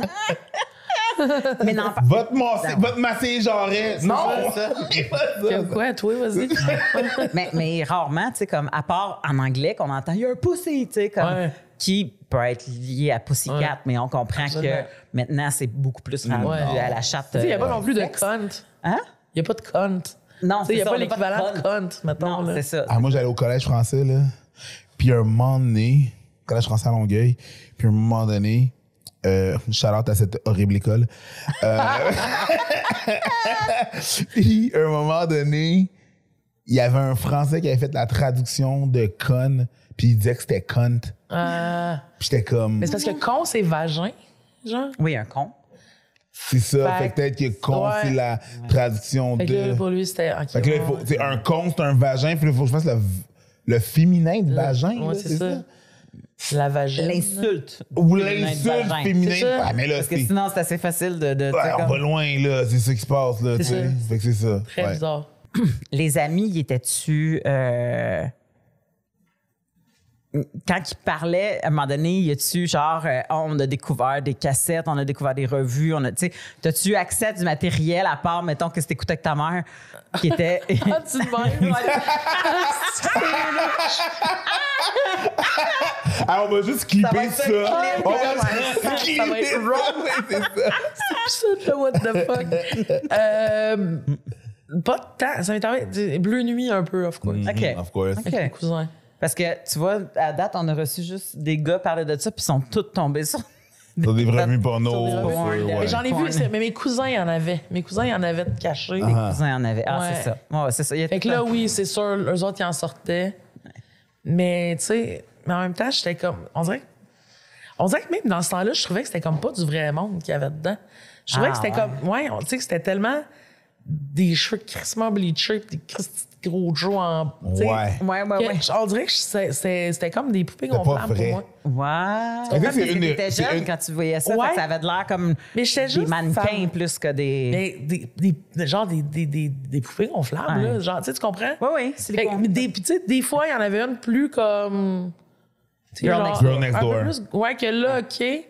S2: mais n'empêche-
S1: Va te masser, va te masser les jarrets. Non. C'est pas ça.
S3: Comme quoi, toi, vas-y.
S2: mais, mais rarement, tu sais, comme à part en anglais qu'on entend, il y a un pussy, tu sais, comme
S3: Ouais.
S2: qui peut être lié à Pussycat,
S3: Ouais.
S2: mais on comprend
S3: Absolument.
S2: que maintenant c'est beaucoup plus
S1: Mm.
S2: rendu
S3: Ouais.
S2: à la chatte.
S3: Tu sais, il n'y a pas
S2: euh,
S3: non plus de
S2: sexe.
S3: cunt.
S2: Hein?
S3: Il n'y a pas de cunt.
S2: Non,
S3: Tu sais, il n'y
S2: c'est ça,
S3: a pas
S2: on n'a
S3: l'équivalent de
S2: code.
S3: cunt, mettons.
S2: Non,
S3: là.
S2: c'est ça.
S1: Ah, moi, j'allais au collège français, là. Puis un moment donné, collège français à Longueuil, puis un moment donné, euh, shout-out à cette horrible école. Euh, puis un moment donné, il y avait un français qui avait fait la traduction de con, puis il disait que c'était cunt.
S3: Ah.
S1: Puis j'étais comme,
S3: Mais c'est parce que con, c'est vagin, genre.
S2: Oui, un con.
S1: c'est ça,
S3: Fait
S1: fait que peut-être que con,
S3: ouais.
S1: c'est la traduction
S3: Fait que là,
S1: de.
S3: pour lui, c'était. ok,
S1: Fait que là, il
S3: ouais,
S1: faut,
S3: ouais.
S1: t'sais, un con, c'est un vagin, puis il faut que je fasse le, le féminin de vagin.
S3: Euh, Ouais,
S1: là,
S3: c'est ça. La vagine.
S2: L'insulte.
S1: Ou
S2: Féminin de
S1: l'insulte
S2: vagin.
S1: féminin.
S3: C'est ça.
S1: Ah, mais là,
S2: Parce que
S1: c'est-
S2: sinon, c'est assez facile de. de- tu sais,
S1: Ouais, on
S2: comme-
S1: va loin, là. C'est ça qui se passe, là. tu sais.
S3: ça.
S1: Fait que c'est ça.
S3: Très
S1: ouais.
S3: bizarre.
S2: Les amis, ils étaient-tu. euh, Quand ils parlaient, à un moment donné, y a-tu genre, euh, Ah, on a découvert des cassettes, on a découvert des revues, on a, tu sais, t'as-tu accès à du matériel à part, mettons, que c'était écouté avec ta mère, qui était.
S1: Mm,
S3: Ah, tu te même.
S1: Ah, on va juste clipper
S2: être
S1: ça.
S2: ça, clip,
S1: On
S2: ouais,
S1: va juste
S3: ça va
S1: clipper
S3: être
S1: ça.
S3: wrong.
S1: Ouais, c'est ça.
S3: Shit, là, what the fuck? Euh,
S1: Mm.
S3: pas de temps. Ça m'est arrivé. tu sais, Bleu nuit, un peu, of course.
S2: OK.
S1: Of course.
S2: OK.
S3: Cousin.
S2: Parce que, tu vois, à date, on a reçu juste des gars parler de ça, puis ils sont tous tombés sur.
S1: T'as des revenus porno.
S2: Sur des revenus
S1: ouais,
S2: porno.
S1: ouais.
S3: Mais J'en ai
S2: Porn.
S3: vu, c'est- mais mes cousins y en avaient. Mes cousins y en avaient de cachés.
S1: Ah.
S2: Ils en avaient. Ah, c'est
S3: Ouais.
S2: ça. Ouais, c'est ça. Il y a
S3: Fait que
S2: tout
S3: là,
S2: un-
S3: oui, c'est sûr, eux autres, ils en sortaient. Mais, tu sais, mais en même temps, j'étais comme. On dirait, que- on dirait que même dans ce temps-là, je trouvais que c'était comme pas du vrai monde qu'il y avait dedans. Je trouvais
S2: Ah,
S3: que c'était
S2: ouais.
S3: comme. Ouais, on- tu sais, que c'était tellement des cheveux crissement bleachés pis des cristis de gros Joe en. tu sais,
S1: Ouais.
S2: Ouais, ouais,
S3: que-
S2: ouais.
S3: On dirait que je- c'est- c'est- c'était comme des poupées
S1: C'était pas
S3: gonflables pour
S1: vrai.
S3: moi.
S2: Wow!
S1: Fait que
S2: Parce
S1: c'est
S2: que
S1: une-
S2: t'étais
S1: c'est
S2: jeune
S1: une-
S2: quand tu voyais ça,
S3: Ouais.
S2: fait que ça avait de l'air comme
S3: Mais j'étais
S2: des
S3: juste
S2: mannequins
S3: femme.
S2: plus que des...
S3: Mais des, des, des- genre des, des, des, des poupées gonflables,
S2: Ouais.
S3: là. Genre, tu sais, tu comprends?
S2: Oui, oui, c'est
S3: Fait que- mais des, puis tu sais, des fois, il y en avait une plus comme. tu sais,
S2: Girl
S3: genre,
S2: next
S1: door. Girl next
S3: un peu
S1: door.
S3: plus- ouais, que là, OK.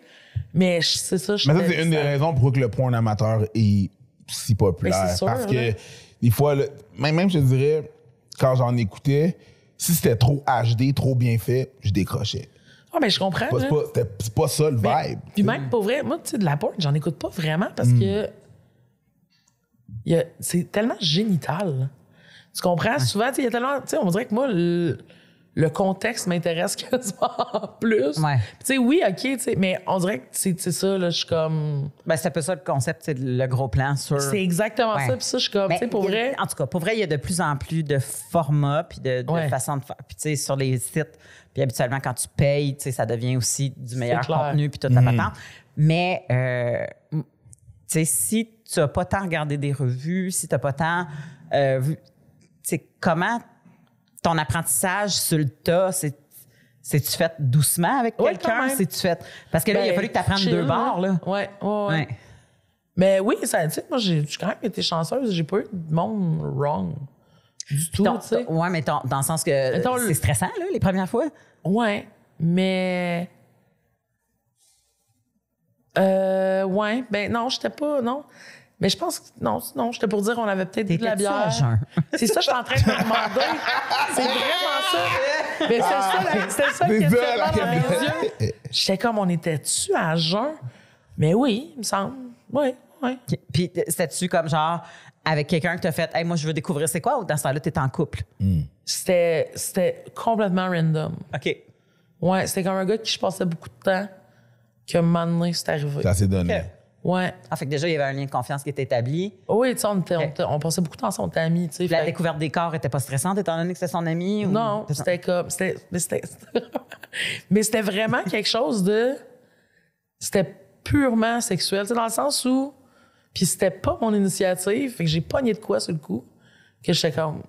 S3: Mais je- c'est ça, je
S1: Mais ça,
S3: savais
S1: c'est une des raisons pour que le porn amateur est si
S3: Mais
S1: populaire.
S3: c'est sûr, hein.
S1: parce que
S3: là.
S1: des fois, le- même, même je te dirais, quand j'en écoutais, si c'était trop HD, trop bien fait, je décrochais.
S3: Ah, mais je comprends.
S1: Pas-
S3: là.
S1: C'est pas, c'était- c'est pas ça le vibe.
S3: Puis
S2: Mm.
S3: même, pour vrai, moi, tu sais, de la porte, j'en écoute pas vraiment parce que. il y a- C'est tellement génital. Tu comprends? Souvent, tu sais, il y a tellement. Tu sais, on dirait que moi, le, le contexte m'intéresse quasiment plus.
S2: Ouais.
S3: Puis Tu sais, oui, OK, tu sais, mais on dirait que c'est c'est ça, là, je suis comme.
S2: Ben, c'est un peu ça le concept, c'est le gros plan sur...
S3: C'est exactement
S2: Ouais.
S3: ça, puis ça, je suis comme.
S2: Mais
S3: Ah, Tu sais,
S2: il
S3: pour
S2: y a-
S3: vrai.
S2: En tout cas, pour vrai, il y a de plus en plus de formats puis de, de
S3: Ouais.
S2: façons de faire. Puis tu sais, sur les sites, puis habituellement, quand tu payes, tu sais, ça devient aussi du meilleur
S3: clair.
S2: contenu puis toute la patente. Mais, euh, m- tu sais, si tu n'as pas tant regardé des revues, si tu n'as pas tant euh, vu, tu sais, comment ton apprentissage sur le tas, c'est c'est-tu fait doucement avec
S3: Ouais, quand
S2: quelqu'un?
S3: même.
S2: C'est-tu fait... Parce que là, il a
S3: Ben,
S2: fallu que tu apprennes
S3: chill,
S2: deux bords, là.
S3: Ouais, ouais, ouais.
S2: Ouais.
S3: Mais oui, ça, tu sais, moi, j'ai j'ai quand même été chanceuse. J'ai pas eu de monde wrong. Du tout,
S2: Ton-
S3: tu sais.
S2: ton- ouais, mais ton- dans le sens que
S3: Mettons le-
S2: c'est stressant, là, les premières fois.
S3: Ouais, mais. Euh, ouais, ben non, j'étais pas. Non. Mais je pense que. Non, non j'étais pour dire qu'on avait peut-être bu de la
S2: T'étais-tu à
S3: bière.
S2: jeun?
S3: C'est ça, je suis en train de me demander. C'est vraiment ça. Mais c'est ça, la- c'était ça le
S1: Ah. C'est ça,
S3: questionnement
S1: la-
S3: dans mes yeux. J'étais comme, on était-tu à jeun? Mais oui, il me semble. Oui, oui.
S2: Puis- Puis euh, c'était-tu comme genre avec quelqu'un que t'as fait, hey, moi je veux découvrir c'est quoi ou dans ce temps-là t'es en couple?
S3: C'était, c'était complètement random.
S2: OK.
S3: Ouais, c'était comme un gars avec qui je passais beaucoup de temps que un moment donné, c'est arrivé.
S1: Ça s'est donné.
S2: Ok.
S3: Ouais.
S2: Ah, fait que déjà il y avait un lien de confiance qui était établi.
S3: Ah Oui, tu sais, on, était- on
S2: Ok.
S3: était- on passait beaucoup de temps ensemble, on était amis, tu sais.
S2: Puis la
S3: fait-
S2: découverte des corps était pas stressante étant donné que c'était son ami? ou-
S3: Non, c'était comme. C'était, mais, c'était, mais c'était vraiment quelque chose de. C'était purement sexuel, tu sais, dans le sens où. Puis c'était pas mon initiative, fait que j'ai pogné de quoi sur le coup, que j'étais comme.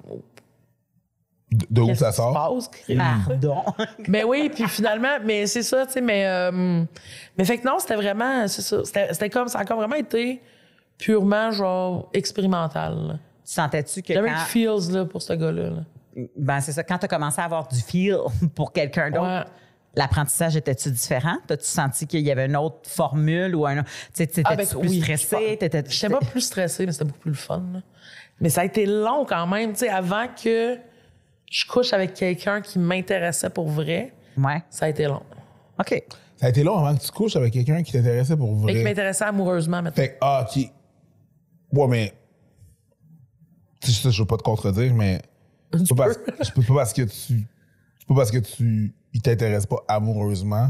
S1: De, de où
S3: Qu'est-ce
S1: ça
S3: qui se
S1: sort?
S3: passe, Chris?
S2: Pardon.
S3: Mais oui, puis finalement, mais c'est ça, tu sais, mais. euh, mais fait que non, c'était vraiment. C'est ça. C'était, c'était comme. Ça a comme vraiment été purement, genre, expérimental. là.
S2: tu sentais-tu que
S3: J'avais le
S2: quand.
S3: feels, là, pour ce gars-là. là.
S2: Ben, c'est ça. Quand t'as commencé à avoir du feel pour quelqu'un d'autre,
S3: Ouais.
S2: l'apprentissage était-tu différent? T'as-tu senti qu'il y avait une autre formule ou un. autre- Tu sais, t'étais-tu
S3: Ah, ben,
S2: plus
S3: oui,
S2: stressé?
S3: Je
S2: T'étais-
S3: pense- J'étais pas plus stressée, mais c'était beaucoup plus le fun. là. Mais ça a été long quand même, tu sais, avant que je couche avec quelqu'un qui m'intéressait pour vrai,
S2: Ouais.
S3: ça a été long.
S2: OK.
S1: Ça a été long avant que tu couches avec quelqu'un qui t'intéressait pour
S3: Mais qui
S1: vrai.
S3: m'intéressait amoureusement maintenant.
S1: Fait que, ah, OK. Ouais, mais. Tu sais, je veux pas te contredire, mais. C'est pas, parce- c'est pas parce que tu. C'est pas parce que tu. Il t'intéresse pas amoureusement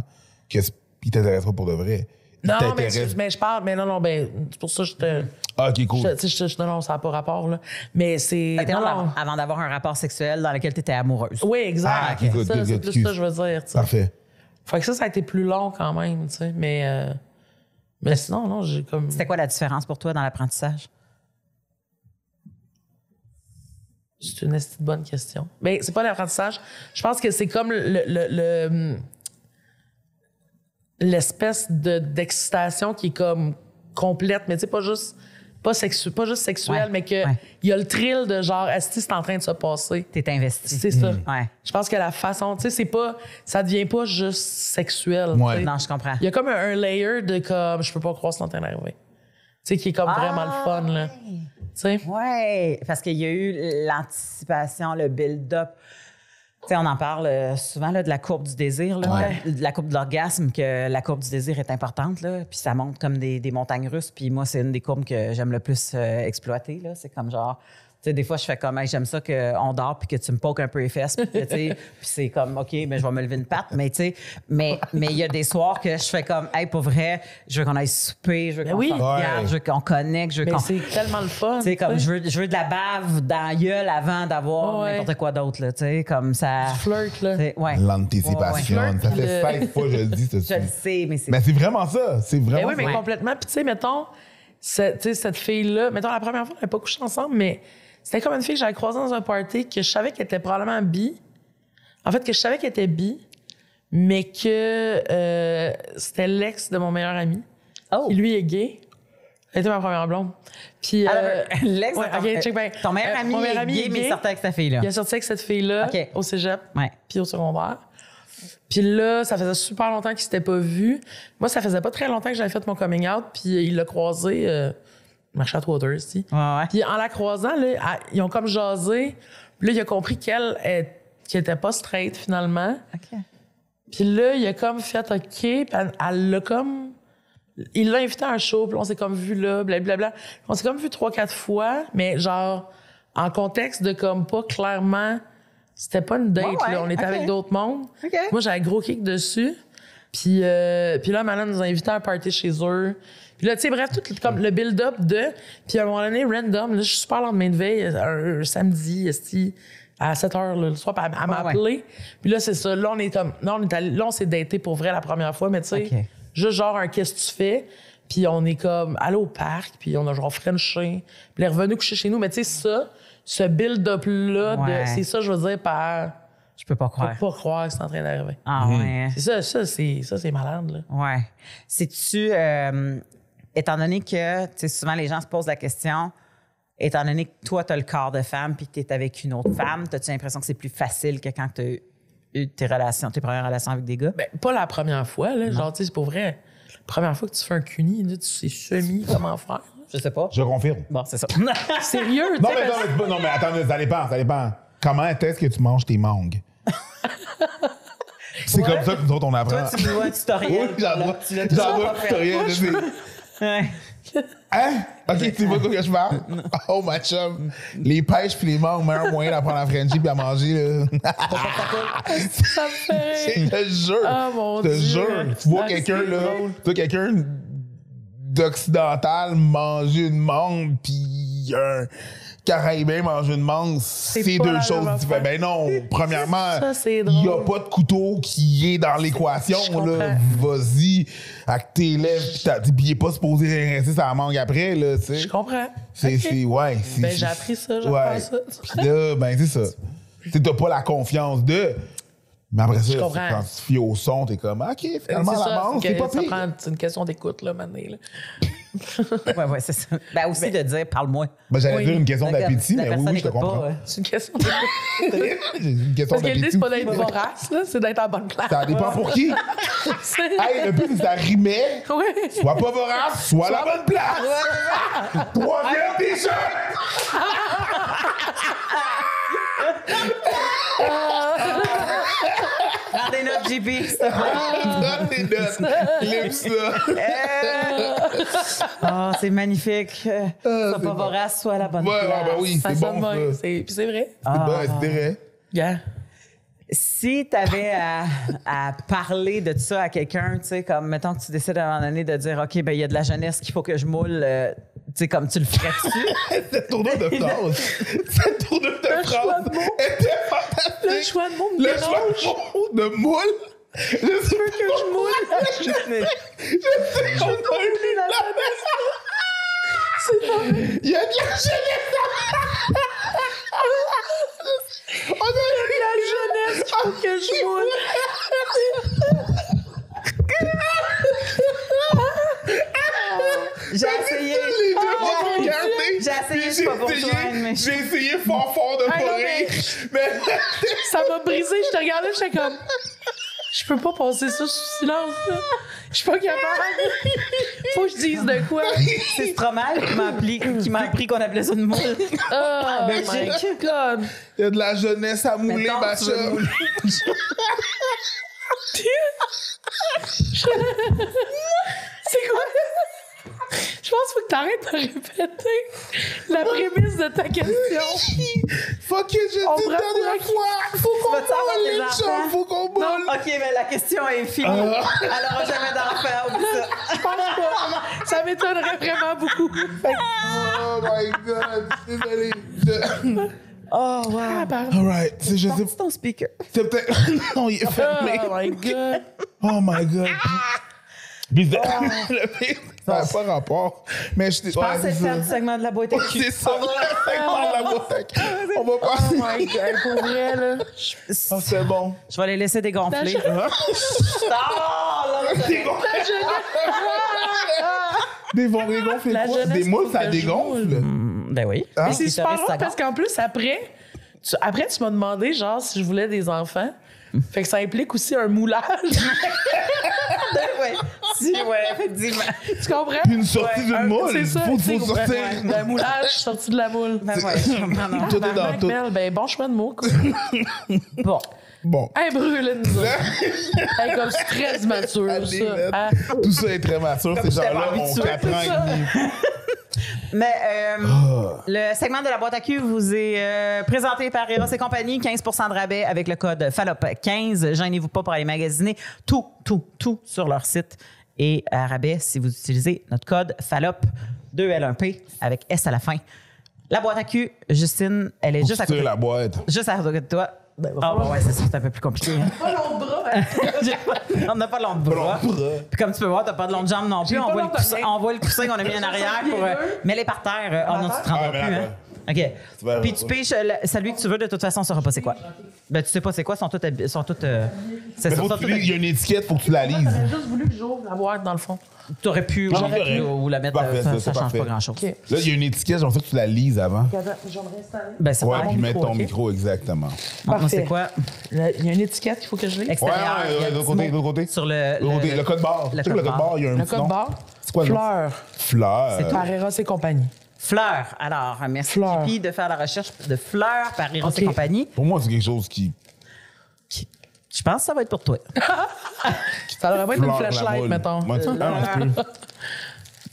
S1: que c'est- il t'intéresse pas pour de vrai. Il
S3: Non, mais,
S1: t'intéresse-
S3: je- mais je parle, mais non, non, ben, c'est pour ça que je te.
S1: Ah, OK, cool.
S3: je te- tu sais, je te- non, non, ça n'a pas rapport, là. Mais c'est.
S2: Fait que
S3: non,
S2: avant-
S3: non.
S2: avant d'avoir un rapport sexuel dans lequel t'étais amoureuse.
S3: Oui, exact.
S1: Ah, ok, good,
S3: Ça,
S1: good,
S3: c'est
S1: good,
S3: plus
S1: excuse.
S3: ça que je veux dire, tu sais.
S1: Parfait.
S3: Fait que ça, ça a été plus long quand même, tu sais, mais. euh, mais sinon, non, j'ai comme.
S2: C'était quoi la différence pour toi dans l'apprentissage?
S3: C'est une esti de bonne question. Mais c'est pas l'apprentissage. Je pense que c'est comme le. le- le- hum, l'espèce de- d'excitation qui est comme complète, mais tu sais, pas juste. Pas, sexu, pas juste sexuelle,
S2: Ouais,
S3: mais que
S2: ouais.
S3: il y a le thrill de genre, esti, c'est en train de se passer.
S2: T'es investi.
S3: C'est ça.
S2: Ouais.
S3: Je pense que la façon, tu sais, c'est pas. Ça devient pas juste sexuel.
S1: Ouais.
S3: tu sais.
S2: Non, je comprends.
S3: Il y a comme un, un layer de comme, je peux pas croire que c'est en train d'arriver. Tu sais, qui est comme vraiment le fun, là.
S2: Ah!
S3: Tu sais?
S2: Oui, parce qu'il y a eu l'anticipation, le build-up. Tu sais, on en parle euh, souvent là, de la courbe du désir, là,
S1: Ouais.
S2: de la courbe de l'orgasme, que la courbe du désir est importante, là, puis ça monte comme des, des montagnes russes. Puis moi, c'est une des courbes que j'aime le plus euh, exploiter. là. C'est comme genre, sais, des fois, je fais comme, Hey, j'aime ça qu'on dort puis que tu me poques un peu les fesses. Puis, que, tu sais, puis c'est comme, OK, mais je vais me lever une patte. Mais tu sais, mais mais il y a des soirs que je fais comme, hey, pour vrai, je veux qu'on aille souper, je veux qu'on
S3: Ben oui.
S2: se regarde,
S1: Ouais.
S2: je veux qu'on connecte, je veux
S3: Mais
S2: qu'on.
S3: c'est tellement le fun.
S2: Tu sais, comme
S3: tu
S2: je veux, je veux de la bave dans la gueule avant d'avoir
S3: Ouais.
S2: n'importe quoi d'autre, là, tu sais, comme ça.
S3: Tu flirtes, là.
S2: Tu sais, Ouais.
S1: L'anticipation.
S2: Ouais, ouais.
S1: Ça fait
S3: Le-
S1: 16 fois que je le dis, ce
S2: Je le sais, mais c'est.
S1: Mais c'est vraiment ça. C'est
S3: Mais
S1: vraiment
S3: Eh oui, mais
S1: ça.
S3: complètement. Puis tu sais, mettons, ce- tu sais, cette fille-là, mettons, la première fois, on n'avait pas couché ensemble, mais c'était comme une fille que j'avais croisée dans un party que je savais qu'elle était probablement bi. En fait, que je savais qu'elle était bi, mais que euh, c'était l'ex de mon meilleur ami.
S2: Oh!
S3: Puis lui est gay. Elle était ma première blonde. Puis.
S2: Ah,
S3: euh,
S2: L'ex,
S3: ouais,
S2: ton,
S3: ok, check bien.
S2: ton meilleur
S3: Euh,
S2: ami,
S3: mon meilleur
S2: est
S3: ami
S2: gay,
S3: est
S2: mais il
S3: gay.
S2: sortait avec cette fille-là.
S3: Il a sorti avec cette fille-là
S2: Ok.
S3: au cégep,
S2: Ouais.
S3: puis au secondaire. Puis là, ça faisait super longtemps qu'il s'était pas vu. Moi, ça faisait pas très longtemps que j'avais fait mon coming out, puis il l'a croisé, euh, il marchait à Waters, ici.
S2: Ouais, ouais.
S3: Puis en la croisant, là, à- ils ont comme jasé. Puis là, il a compris qu'elle elle- qu'elle était pas straight, finalement.
S2: OK.
S3: Puis là, il a comme fait OK, puis elle elle l'a comme. Il l'a invité à un show, puis on s'est comme vu là, blablabla. On s'est comme vu trois, quatre fois, mais genre, en contexte de comme pas clairement. C'était pas une date,
S2: Ouais, ouais,
S3: là. On était
S2: ok.
S3: avec d'autres mondes.
S2: Ok.
S3: Moi, j'avais un gros kick dessus. Puis, euh, puis là, Malin nous a invités à un party chez eux. Puis là, tu sais, bref, tout le- comme le build-up de. Puis à un moment donné, random, là, je suis super lendemain de veille, un, un samedi, esti, à 7 h le soir, puis elle, elle m'a
S2: Ah Ouais, ouais.
S3: appelé. Puis là, c'est ça. Là, on est comme. Là, on est allé- là, on s'est daté pour vrai la première fois, mais tu sais,
S2: Ok.
S3: juste genre un qu'est-ce que tu fais. Puis on est comme allé au parc, puis on a genre frenché. Puis elle est revenue coucher chez nous. Mais tu sais, ça, ce build-up-là, de-
S2: Ouais.
S3: c'est ça, je veux dire, par.
S2: Je peux pas
S3: Faut
S2: croire.
S3: pas croire que c'est en train d'arriver.
S2: Ah ouais.
S3: C'est ça, ça, c'est, ça, c'est malade, là.
S2: Ouais. C'est-tu, euh, étant donné que, tu sais, souvent les gens se posent la question, étant donné que toi, tu as le corps de femme puis que tu es avec une autre femme, as-tu l'impression que c'est plus facile que quand tu as eu tes relations, tes premières relations avec des gars?
S3: Ben, pas la première fois, là. Genre, tu sais, c'est pour vrai. La première fois que tu fais un cuni, là, tu sais semi comment faire.
S2: je sais pas.
S1: Je confirme.
S2: Bon, c'est ça.
S3: Sérieux, tu
S1: Non,
S3: sais.
S1: mais, non,
S3: parce-
S1: mais, c'est pas- non, mais attendez, ça dépend, ça dépend. Comment est-ce que tu manges tes mangues? c'est comme ça que nous autres, on apprend.
S2: Toi, tu me dois un
S1: oui,
S2: tutoriel.
S1: j'en vois, j'en vois plus rien. je sais.
S2: Ouais.
S1: Hein? OK, tu vois quoi que je parle? Oh, ma chum. Les pêches puis les mangues, meilleur moyen d'apprendre à Frenchie puis à manger. là.
S3: Ça me fait rire.
S1: C'est le jeu.
S3: Ah, mon
S1: Je te
S3: Dieu.
S1: jure. Tu vois
S3: Ah,
S1: quelqu'un,
S3: c'est
S1: là,
S3: drôle.
S1: tu vois quelqu'un d'occidental manger une mangue, puis un caribéen manger une mangue, c'est
S3: pas
S1: deux
S3: la
S1: choses
S3: même
S1: différentes. Ben non, premièrement,
S3: Ça, c'est
S1: il n'y a
S3: drôle.
S1: pas de couteau qui est dans l'équation,
S3: Je
S1: là. Vas-y, avec tes lèvres, puis t'as- puis il n'est pas supposé rincer sa mangue après, là, tu sais.
S3: Je comprends.
S1: C'est,
S3: Ok.
S1: c'est, ouais. c'est-
S3: Ben,
S1: c'est-
S3: j'ai appris ça, j'apprends ça.
S1: Puis là, ben, c'est ça. Tu sais, t'as pas la confiance de. Mais après ça,
S3: Je comprends.
S1: quand tu te fies au son, t'es comme, OK, finalement,
S3: C'est
S1: la
S3: ça,
S1: bande,
S3: c'est
S1: c'est
S3: que
S1: pas
S3: ça
S1: pire.
S3: prend c'est une question d'écoute, là, mané, là.
S2: Ouais, ouais, c'est ça. Ben aussi de dire, parle-moi.
S1: Ben, j'allais
S3: Oui.
S1: dire une question
S2: La-
S1: d'appétit,
S2: la
S1: mais oui,
S2: personne
S1: oui, je te
S2: n'écoute pas, euh,
S1: comprends.
S2: ouais.
S3: C'est une question d'écoute.
S1: une question
S3: Parce que l'idée,
S1: d'appétit.
S3: c'est pas d'être vorace, là, c'est d'être en bonne place.
S1: Ça dépend pour qui.
S3: C'est-
S1: hey, le but, c'est que ça rimait.
S3: Ouais.
S1: Soit pas vorace, soit la bonne place. Troisième t-shirt.
S2: Prends des notes, JP.
S1: Donne tes notes. Clip ça.
S2: Ah, c'est magnifique. Euh, Sois
S1: Ah, c'est
S2: pas
S1: bon.
S2: vorace, soit la bonne
S1: Ouais, ouais,
S2: place.
S1: ben oui,
S3: Ça
S1: c'est
S3: sonne
S1: bon, ça.
S3: bien.
S1: C'est
S3: C'est- Puis c'est vrai.
S2: Ah.
S1: bon, c'est vrai.
S3: Yeah.
S2: Si tu avais à, à parler de ça à quelqu'un, tu sais, comme, mettons que tu décides à un moment donné de dire, OK, ben il y a de la jeunesse qu'il faut que je moule, euh, tu sais, comme tu le ferais-tu?
S1: Cette tournure de phrase, cette tournure de
S3: choix
S1: phrase
S3: de mots.
S1: était fantastique.
S3: Le choix de mots me
S1: Le
S3: dérange.
S1: choix de mots de moule. Je sais pas que je moule. Je sais qu'on a eu la Il y a de la jeunesse. On a Ah, eu la jeunesse. Faut que je moule.
S2: J'ai essayé. Oh,
S1: Les deux m'ont
S2: J'ai-
S1: regardé,
S2: J'ai
S1: puis
S2: essayé, je pas pour toi, mais
S1: J'ai essayé fort fort de pas
S3: non,
S1: rire. Mais
S3: Ça m'a brisé, je te regardais, j'étais comme. Je peux pas passer ça sous silence, là. Je suis pas capable. Faut que je dise de quoi.
S2: c'est Stromae qui m'a appelé, qui m'a appris qu'on appelait ça une moule.
S3: Oh my
S2: Belgique.
S3: god.
S1: Il y a de la jeunesse à mouler,
S2: Mettons,
S1: ma
S2: tu veux
S1: chum.
S2: mouler.
S3: C'est quoi? Je pense qu'il faut t'arrêtes de répéter la prémisse de ta question.
S1: Fuck it, j'ai dit
S3: On
S1: une
S3: prend
S1: dernière
S3: pour-
S1: fois. Faut qu'on
S2: vas-tu avoir
S1: boule,
S2: des
S1: les
S2: enfants?
S1: chums, faut qu'on boule.
S2: Non, Euh. OK, mais la question est finie. Elle aura jamais d'enfant, oublie ça.
S3: Je pense pas. Ça m'étonnerait vraiment beaucoup. Fait que-
S1: Oh my god, désolé. Je-
S2: Oh, wow.
S1: Alright, c'est je sais
S2: C'est ton speaker.
S1: c'est peut-être. non, il est fermé.
S3: Oh my god.
S1: Oh my god.
S3: Ah!
S1: Bizarre. le pire, Ah. ça n'a pas rapport. Mais je
S2: Je pensais faire du segment de la boîte à cul.
S1: C'est ça, le segment de la bouteille. On va passer.
S3: Ah. Oh my god. Pour vrai, là. je-
S1: Ah, c'est bon.
S2: Je vais les laisser dégonfler.
S1: Dégonfle. Des vont dégonfler
S3: La
S1: quoi? Des
S3: jeunesse
S1: moules,
S3: trouve
S1: ça
S3: que je
S1: dégonfle?
S2: Ben oui.
S1: Hein?
S2: Mais
S3: C'est
S2: ça
S3: super
S2: reste
S3: drôle
S2: sa
S3: parce qu'en plus, après, tu, après, tu m'as demandé, genre, si je voulais des enfants. Fait que ça implique aussi un moulage.
S2: garde. Ouais. Ben Si, ouais, effectivement.
S3: tu comprends?
S1: Puis une sortie d'une
S3: un-
S1: moule.
S3: C'est ça.
S1: Faut-
S3: tu sais,
S1: faut
S3: ouais,
S1: sortir.
S3: ouais, d'un moulage, sorti de la moule.
S2: Ben ouais, je comprends, non.
S1: Tout est dans
S3: Tabarnak,
S1: tout.
S3: Mel, ben, bon chemin de mots, quoi.
S2: Bon.
S1: Bon.
S3: Hey, brûle-nous. hey, comme c'est très immature,
S1: Allez,
S3: ça.
S1: man.
S3: Ah,
S1: Tout ça est très mature. Ces
S2: j'étais
S1: gens-là
S2: pas
S1: ont
S2: habituée,
S1: 4
S2: c'est
S1: ans
S2: ça.
S1: et demi.
S2: Mais euh,
S1: Ah,
S2: le segment de la boîte à cul vous est euh, présenté par Eros et compagnie. 15 de rabais avec le code FALOP15. Gênez-vous pas pour aller magasiner tout, tout, tout sur leur site. Et à rabais, si vous utilisez notre code FALOP2L1P avec S à la fin. La boîte à cul, Justine, elle est
S1: Faut
S2: juste à
S1: sortir
S2: côté,
S1: la boîte.
S2: juste à côté de toi.
S3: Ben, va
S2: Ah,
S3: falloir-
S2: bah ouais, c'est ça, c'est un peu plus compliqué. hein.
S3: pas long bras.
S2: J'ai pas- on n'a pas de long de bras.
S1: Long bras.
S2: Puis comme tu peux voir, t'as pas de long de jambe non plus.
S3: J'ai
S2: On
S3: pas
S2: voit, le
S3: long de
S2: coussin,
S3: rien.
S2: on voit le coussin qu'on a mis en arrière
S3: bien
S2: pour. euh,
S3: deux.
S2: mets-les par terre. euh, Oh non, tu te rendras
S1: Ah,
S2: plus.
S1: mets-la
S2: Hein. OK.
S1: verras
S2: Puis tu
S1: pas.
S2: pêches euh, le- celui que tu veux, de toute façon, on saura pas c'est quoi. Ben, tu sais pas c'est quoi, sont toutes. habi- Sont toutes euh, c'est
S1: Mais
S2: ça,
S1: faut
S2: sont
S1: que tu
S2: toutes
S1: lises, il y a une étiquette, faut que tu la lises.
S3: J'aurais juste voulu que j'ouvre la boîte, dans le fond.
S2: habi- T'aurais pu
S1: Non,
S2: j'aurais
S1: correct.
S2: pu, ou la mettre.
S1: Parfait, ça,
S2: euh, ça,
S1: c'est
S2: ça change
S1: parfait.
S2: pas grand-chose.
S3: OK.
S1: Là, il y a une étiquette, j'aimerais que tu la lises avant.
S3: Attends, j'aimerais installer.
S2: Ben, ça
S1: Ouais,
S2: va.
S1: puis mettre ton
S3: ok.
S1: micro, exactement.
S2: Moi,
S3: Parfait.
S2: c'est quoi?
S3: Là, Il y a une étiquette qu'il faut que je lise.
S1: Ouais, ouais,
S2: Extérieur. il y a
S1: ouais, de
S2: un
S1: l'autre
S2: petit
S1: côté, de
S2: mot
S1: l'autre côté.
S2: Sur le.
S1: De l'autre côté, Le code barre. Tu
S2: Le
S1: sais que
S2: code
S1: le code barre, il y a un
S3: Le
S1: petit nom.
S3: code barre,
S1: C'est quoi le nom?
S3: fleur,
S1: Fleur.
S2: C'est
S3: par Eros et compagnie.
S2: Fleur. Alors, merci
S3: Fleur.
S2: Tipeee de faire la recherche de Fleur par Eros
S3: OK.
S2: et compagnie.
S1: Pour moi, c'est quelque chose qui.
S2: Je pense que ça va être pour toi.
S3: Ça devrait pas être une
S1: Fleur, la
S3: flashlight,
S1: moule.
S3: mettons.
S1: Moi, tu
S2: Euh,
S1: ah, non, c'est plus.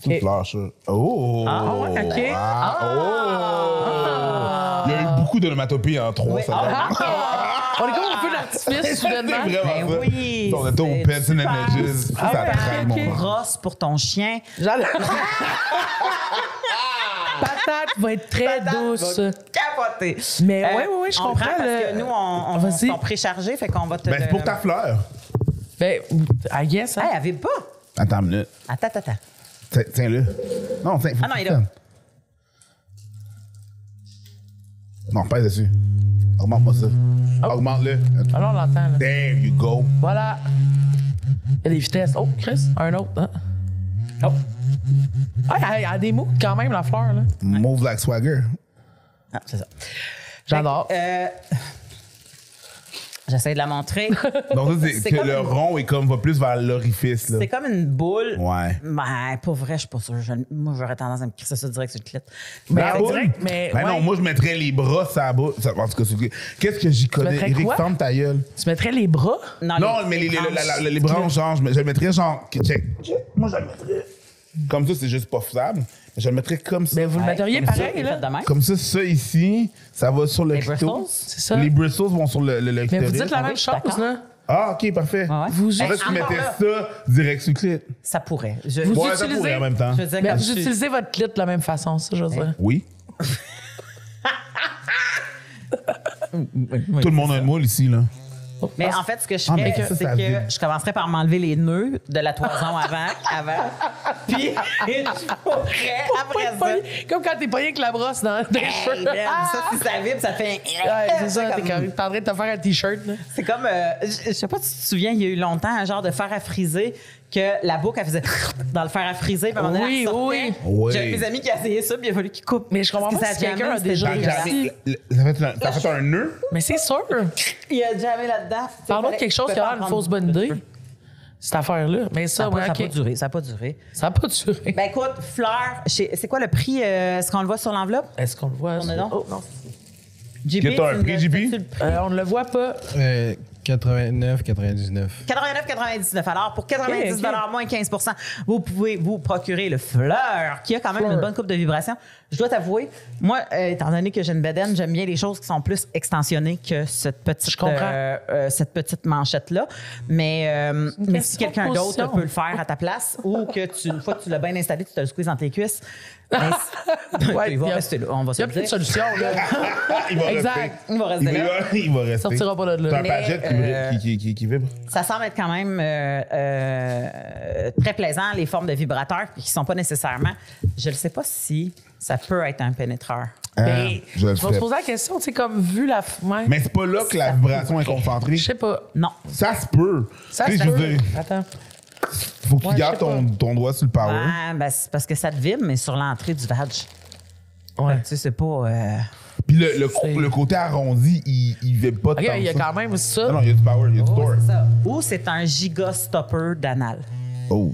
S3: Et-
S1: Une fleur, ça. Oh!
S2: Ah,
S3: ouais, ok.
S1: Ah, oh! Il y a eu beaucoup d'onomatopées en trois
S2: Oui.
S1: secondes.
S3: On est comme un peu d'artifice,
S1: C'est
S3: soudainement.
S1: vraiment
S2: Ben
S1: ça.
S2: oui,
S1: On était au
S2: c'est
S1: Pets and
S2: super.
S1: Images. Ça,
S3: Ah
S1: ça
S3: ouais,
S1: traîne, mon
S3: ok.
S1: gars.
S2: Brosse pour ton chien.
S3: J'adore. Patate va être très douce.
S2: Capoté.
S3: Mais ouais, ouais, ouais, je
S2: Euh, on
S3: comprends,
S2: prend Parce
S3: le-
S2: que nous, on, on, on
S3: Vas-y.
S2: sont préchargés, fait qu'on va te.
S1: Ben, c'est
S2: le-
S1: pour ta fleur.
S3: Ben, I guess, hein.
S2: Hey, elle vibre pas.
S1: Attends une minute.
S2: Attends, attends, attends.
S1: Tiens- Tiens-le. Non, tiens. faut
S2: Ah
S1: que
S2: non,
S1: tu
S2: il est là.
S1: tiennes. Non, pèse dessus. Augmente pas ça.
S2: Oh.
S1: Augmente-le.
S3: Alors, on l'entend, là.
S1: There you go.
S3: Voilà. Il y a des vitesses. Oh, Chris, un autre. Hein? Oh. Ah, elle- elle a des mots quand même, la fleur, là.
S1: Move like swagger.
S2: Ah, c'est ça.
S3: J'adore.
S2: Euh, J'essaie de la montrer.
S1: Donc, ça, c'est
S2: C'est
S1: que
S2: comme
S1: le
S2: une-
S1: rond est comme va plus vers l'orifice. là.
S2: c'est comme une boule.
S1: Ouais.
S2: Ben, pour vrai, je suis pas sûre. Je- moi, j'aurais tendance à me crisser ça direct sur le clit.
S3: Mais
S1: La
S3: c'est
S1: boule?
S3: direct, mais
S1: Ben
S3: ouais.
S1: non, moi, je mettrais les bras sur la boule. Ça- En tout cas, c'est- qu'est-ce que j'y connais?
S3: mettrais
S1: Eric,
S3: quoi?
S1: ferme ta gueule.
S3: euh, Tu mettrais Ah, les bras?
S1: Non, mais les, les- la- la- la- les branches, genre, je, me- je le mettrais genre. que- check. Moi, je le mettrais. Comme ça, c'est juste pas faisable. Je le mettrais comme ça.
S3: Ben, vous le metteriez
S2: Comme ça, il
S3: pareil,
S2: est
S3: là.
S2: fait de même.
S1: Comme ça, ça ici, ça va sur le
S2: Les
S1: clito.
S2: bristles,
S3: c'est ça.
S1: Les bristles vont sur le, le, le
S3: Mais vous
S1: clitoris.
S3: dites la même
S2: oui,
S3: chose,
S2: d'accord.
S3: là.
S1: Ah, ok, parfait.
S2: Ouais, ouais.
S1: Vous
S3: Vous,
S1: en fait,
S3: utilisez-
S1: tu mettais
S2: là.
S1: ça direct sur le clit.
S2: Ça pourrait. Je,
S3: Vous
S1: Ouais, ça
S3: utilisez-
S1: pourrait en même temps.
S2: je veux dire,
S3: mais
S2: comme
S3: vous
S2: je suis-
S3: utilisez votre clit de la même façon, ça, je veux dire.
S1: Oui. Tout le monde a une moule ici, là.
S2: Mais en fait, ce que je
S1: Ah, mais
S2: ferais,
S1: ça, ça
S2: c'est que
S1: vide.
S2: je commencerais par m'enlever les nœuds de la toison avant, avant. Puis je pourrais
S3: Pas de
S2: après
S3: poignée. Comme quand t'es pogné avec la brosse dans dans
S2: ça.
S3: les
S2: Hey,
S3: cheveux. Ah!
S2: man, ça, si ça vibre, ça fait. un-
S3: Ouais, c'est ça, t'es comme- t'es en train de te faire un t-shirt, là.
S2: C'est comme, euh, je je sais pas si tu te souviens, il y a eu longtemps un genre de fer à friser que la boucle, elle faisait dans le fer à friser. Puis à un moment donné,
S3: Oui,
S2: elle sortait.
S3: oui.
S1: Oui.
S2: J'avais mes amis qui essayaient ça, puis il a fallu qu'ils coupent.
S3: Mais je comprends
S2: Parce
S3: pas
S2: que
S3: si
S2: ça
S3: quelqu'un
S2: jamais,
S3: a
S2: c'était
S3: déjà
S1: T'as
S3: Oui,
S2: dégueulasse.
S1: jamais- le- ça fait un- t'as fait un nœud?
S3: Mais c'est sûr.
S2: Il y a jamais là-dedans.
S3: Parle-moi de quelque chose qui a l'air d'une fausse bonne idée. Cette affaire-là. Mais ça,
S2: Ça n'a
S3: ouais,
S2: pas, ça a pas
S3: ok.
S2: duré, ça a pas duré.
S3: Ça n'a pas duré.
S2: Ben écoute, fleur, chez- c'est quoi le prix? euh, Est-ce qu'on le voit sur l'enveloppe?
S3: Est-ce qu'on le voit?
S2: Tourne-le donc.
S3: Oh, non.
S2: JP,
S1: Qu'est-ce que t'as,
S2: tu
S1: un
S2: me
S1: prix,
S2: l'as-
S1: JP?
S2: tu le-
S3: Euh, on ne le voit pas.
S4: 89, 99.
S2: 89,99 Alors, pour 90 moins 15 vous pouvez vous procurer le fleur, qui a quand même
S3: Fleur.
S2: une bonne coupe de vibrations. Je dois t'avouer, moi, euh, étant donné que j'ai une bedaine, j'aime bien les choses qui sont plus extensionnées que cette
S3: Je
S2: petite,
S3: comprends.
S2: euh, euh, cette petite manchette-là. Mais, euh, mais si
S3: question de
S2: quelqu'un d'autre
S3: position.
S2: peut le faire à ta place ou que tu, une fois que tu l'as bien installé, tu te le squeezes dans tes cuisses, ben, c'est-
S3: Ouais,
S2: il va
S3: y a-
S2: rester là. On va
S3: Il
S2: se
S3: n'y a
S2: le
S3: plus de
S2: dire.
S3: solution, là.
S1: il va
S3: Exact.
S1: rester.
S2: Il va rester
S1: Il
S2: là.
S1: va, il va rester.
S3: sortira pas de
S1: C'est
S3: là. euh,
S1: un padjet qui,
S2: Mais,
S1: vibre- qui, qui, qui, qui vibre.
S2: Ça semble être quand même euh, euh, très plaisant, les formes de vibrateurs puis qui ne sont pas nécessairement. Je ne sais pas si ça peut être un pénétreur.
S3: Mais
S1: Ah, je le
S3: je vais
S1: fais.
S3: te poser la question, Ben, tu sais, comme vu la. f- Ouais.
S1: Mais c'est pas là que la vibration est concentrée.
S3: Je sais pas.
S2: Non.
S1: Ça se peut.
S3: Ça,
S1: Tu sais,
S3: c'est
S1: je veux dire,
S3: Attends.
S1: faut que tu
S3: Ouais,
S1: gardes
S3: je sais
S1: ton, ton doigt sur le power.
S2: Ah, ben, c'est parce que ça te vibre, mais sur l'entrée du vag. Fait
S3: Ouais.
S2: que Tu sais, c'est pas. euh,
S1: Puis le, le, le côté arrondi, il, il vibre pas
S3: OK,
S1: tant
S3: il y a Oh,
S1: que ça.
S3: quand même ça.
S1: Non, non, il y a du power, il y a du power.
S2: Ou c'est un giga stopper d'anal.
S1: Oh.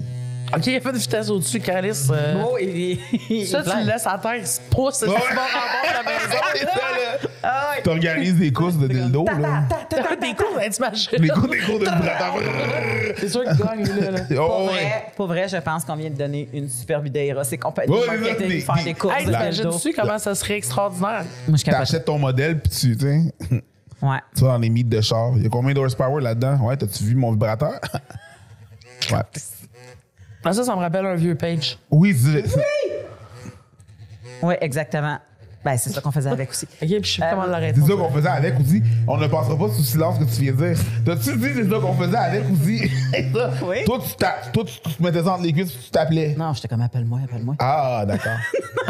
S3: OK, il y a pas de vitesse au-dessus, Calice.
S2: Oh, il- il-
S3: Ça, tu le
S2: il-
S3: laisses à terre, il se pousse, il se
S1: Ouais.
S3: barre en bas de la maison.
S1: C'est ça, là.
S2: Ah, ouais.
S1: T'organises des courses de dildo, là.
S2: Ta- ta- ta-
S3: Des coups, ben, t'imagines.
S1: Les cours, des cours de vibrateur.
S3: C'est sûr qu'il gagne, lui, là. là.
S2: Pour,
S1: Oh, ouais.
S2: vrai, pour vrai, je pense qu'on vient de donner une superbe idée, Eros et compagnie.
S1: Ouais, là,
S2: marketing,
S1: des-
S2: faire
S1: des-
S2: des courses
S3: Hey,
S2: de dildo.
S3: t'imagines-tu comment ça serait extraordinaire?
S2: Moi, je capote.
S1: T'achètes ton modèle, puis tu, tu sais, tu
S2: Ouais.
S1: vois, dans les mythes de char, il y a combien d'horsepower là-dedans? Ouais, t'as-tu vu mon vibrateur? ouais.
S3: Ah, ça, ça me rappelle un vieux page.
S1: Oui, c'est- c'est-
S2: Oui, exactement. Ben, c'est ça qu'on faisait avec aussi.
S3: OK, puis je sais pas
S2: Euh,
S3: comment l'arrêter.
S1: c'est ça qu'on faisait avec aussi. On ne passera pas sous silence ce que tu viens de dire. T'as-tu dit c'est ça qu'on faisait avec aussi? Ça,
S2: Oui.
S1: Toi, tu, t'a- toi, tu- tu te mettais ça entre les cuisses, puis tu t'appelais.
S2: Non, j'étais comme appelle-moi, appelle-moi.
S1: Ah, d'accord.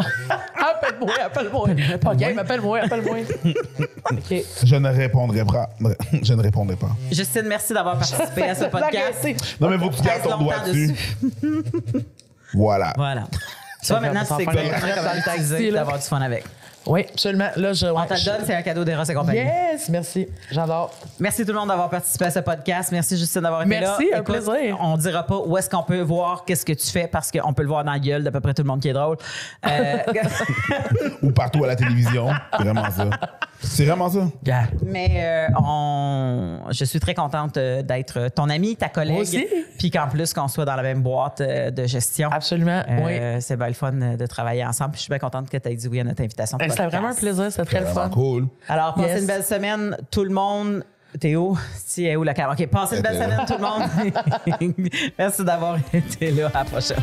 S3: Appelle-moi, appelle-moi. OK, appelle-moi, appelle-moi. OK.
S1: Je ne répondrai pas. Je ne répondrai pas.
S2: Justine, merci d'avoir participé à ce podcast.
S1: Non, mais faut que tu gardes ton
S2: Reste
S1: doigt
S2: longtemps
S1: dessus. Voilà.
S2: Voilà. Tu vois, maintenant, tu sais
S3: Ça fait
S2: exactement comment l'utiliser
S3: taxi,
S2: et
S3: là.
S2: d'avoir du fun avec.
S3: Oui, absolument. Là, je.
S2: On te le donne, c'est un cadeau d'Eros et compagnie.
S3: Yes, merci. J'adore.
S2: Merci tout le monde d'avoir participé à ce podcast. Merci Justine d'avoir été là.
S3: Merci, un plaisir.
S2: On dira pas où est-ce qu'on peut voir, qu'est-ce que tu fais, parce qu'on peut le voir dans la gueule d'à peu près tout le monde qui est drôle. Euh,
S1: Ou partout à la télévision. C'est vraiment ça. C'est vraiment ça.
S3: Yeah.
S2: mais euh, on, je suis très contente euh, d'être ton amie, ta
S3: Moi aussi.
S2: collègue, puis qu'en plus qu'on soit dans la même boîte euh, de gestion.
S3: Absolument. oui.
S2: Euh, C'est bien le fun euh, de travailler ensemble. Puis je suis bien contente que tu aies dit oui à notre invitation. de
S3: Hey, C'était
S2: podcast.
S3: Ben, vraiment un plaisir, c'était très le
S1: Vraiment
S3: fun.
S1: cool.
S2: Alors, passez
S3: Yes.
S2: une belle semaine, tout le monde. Théo, si est où la cam? OK, passez une belle
S1: Elle était
S2: semaine, tout le monde. Merci d'avoir été là. À la prochaine.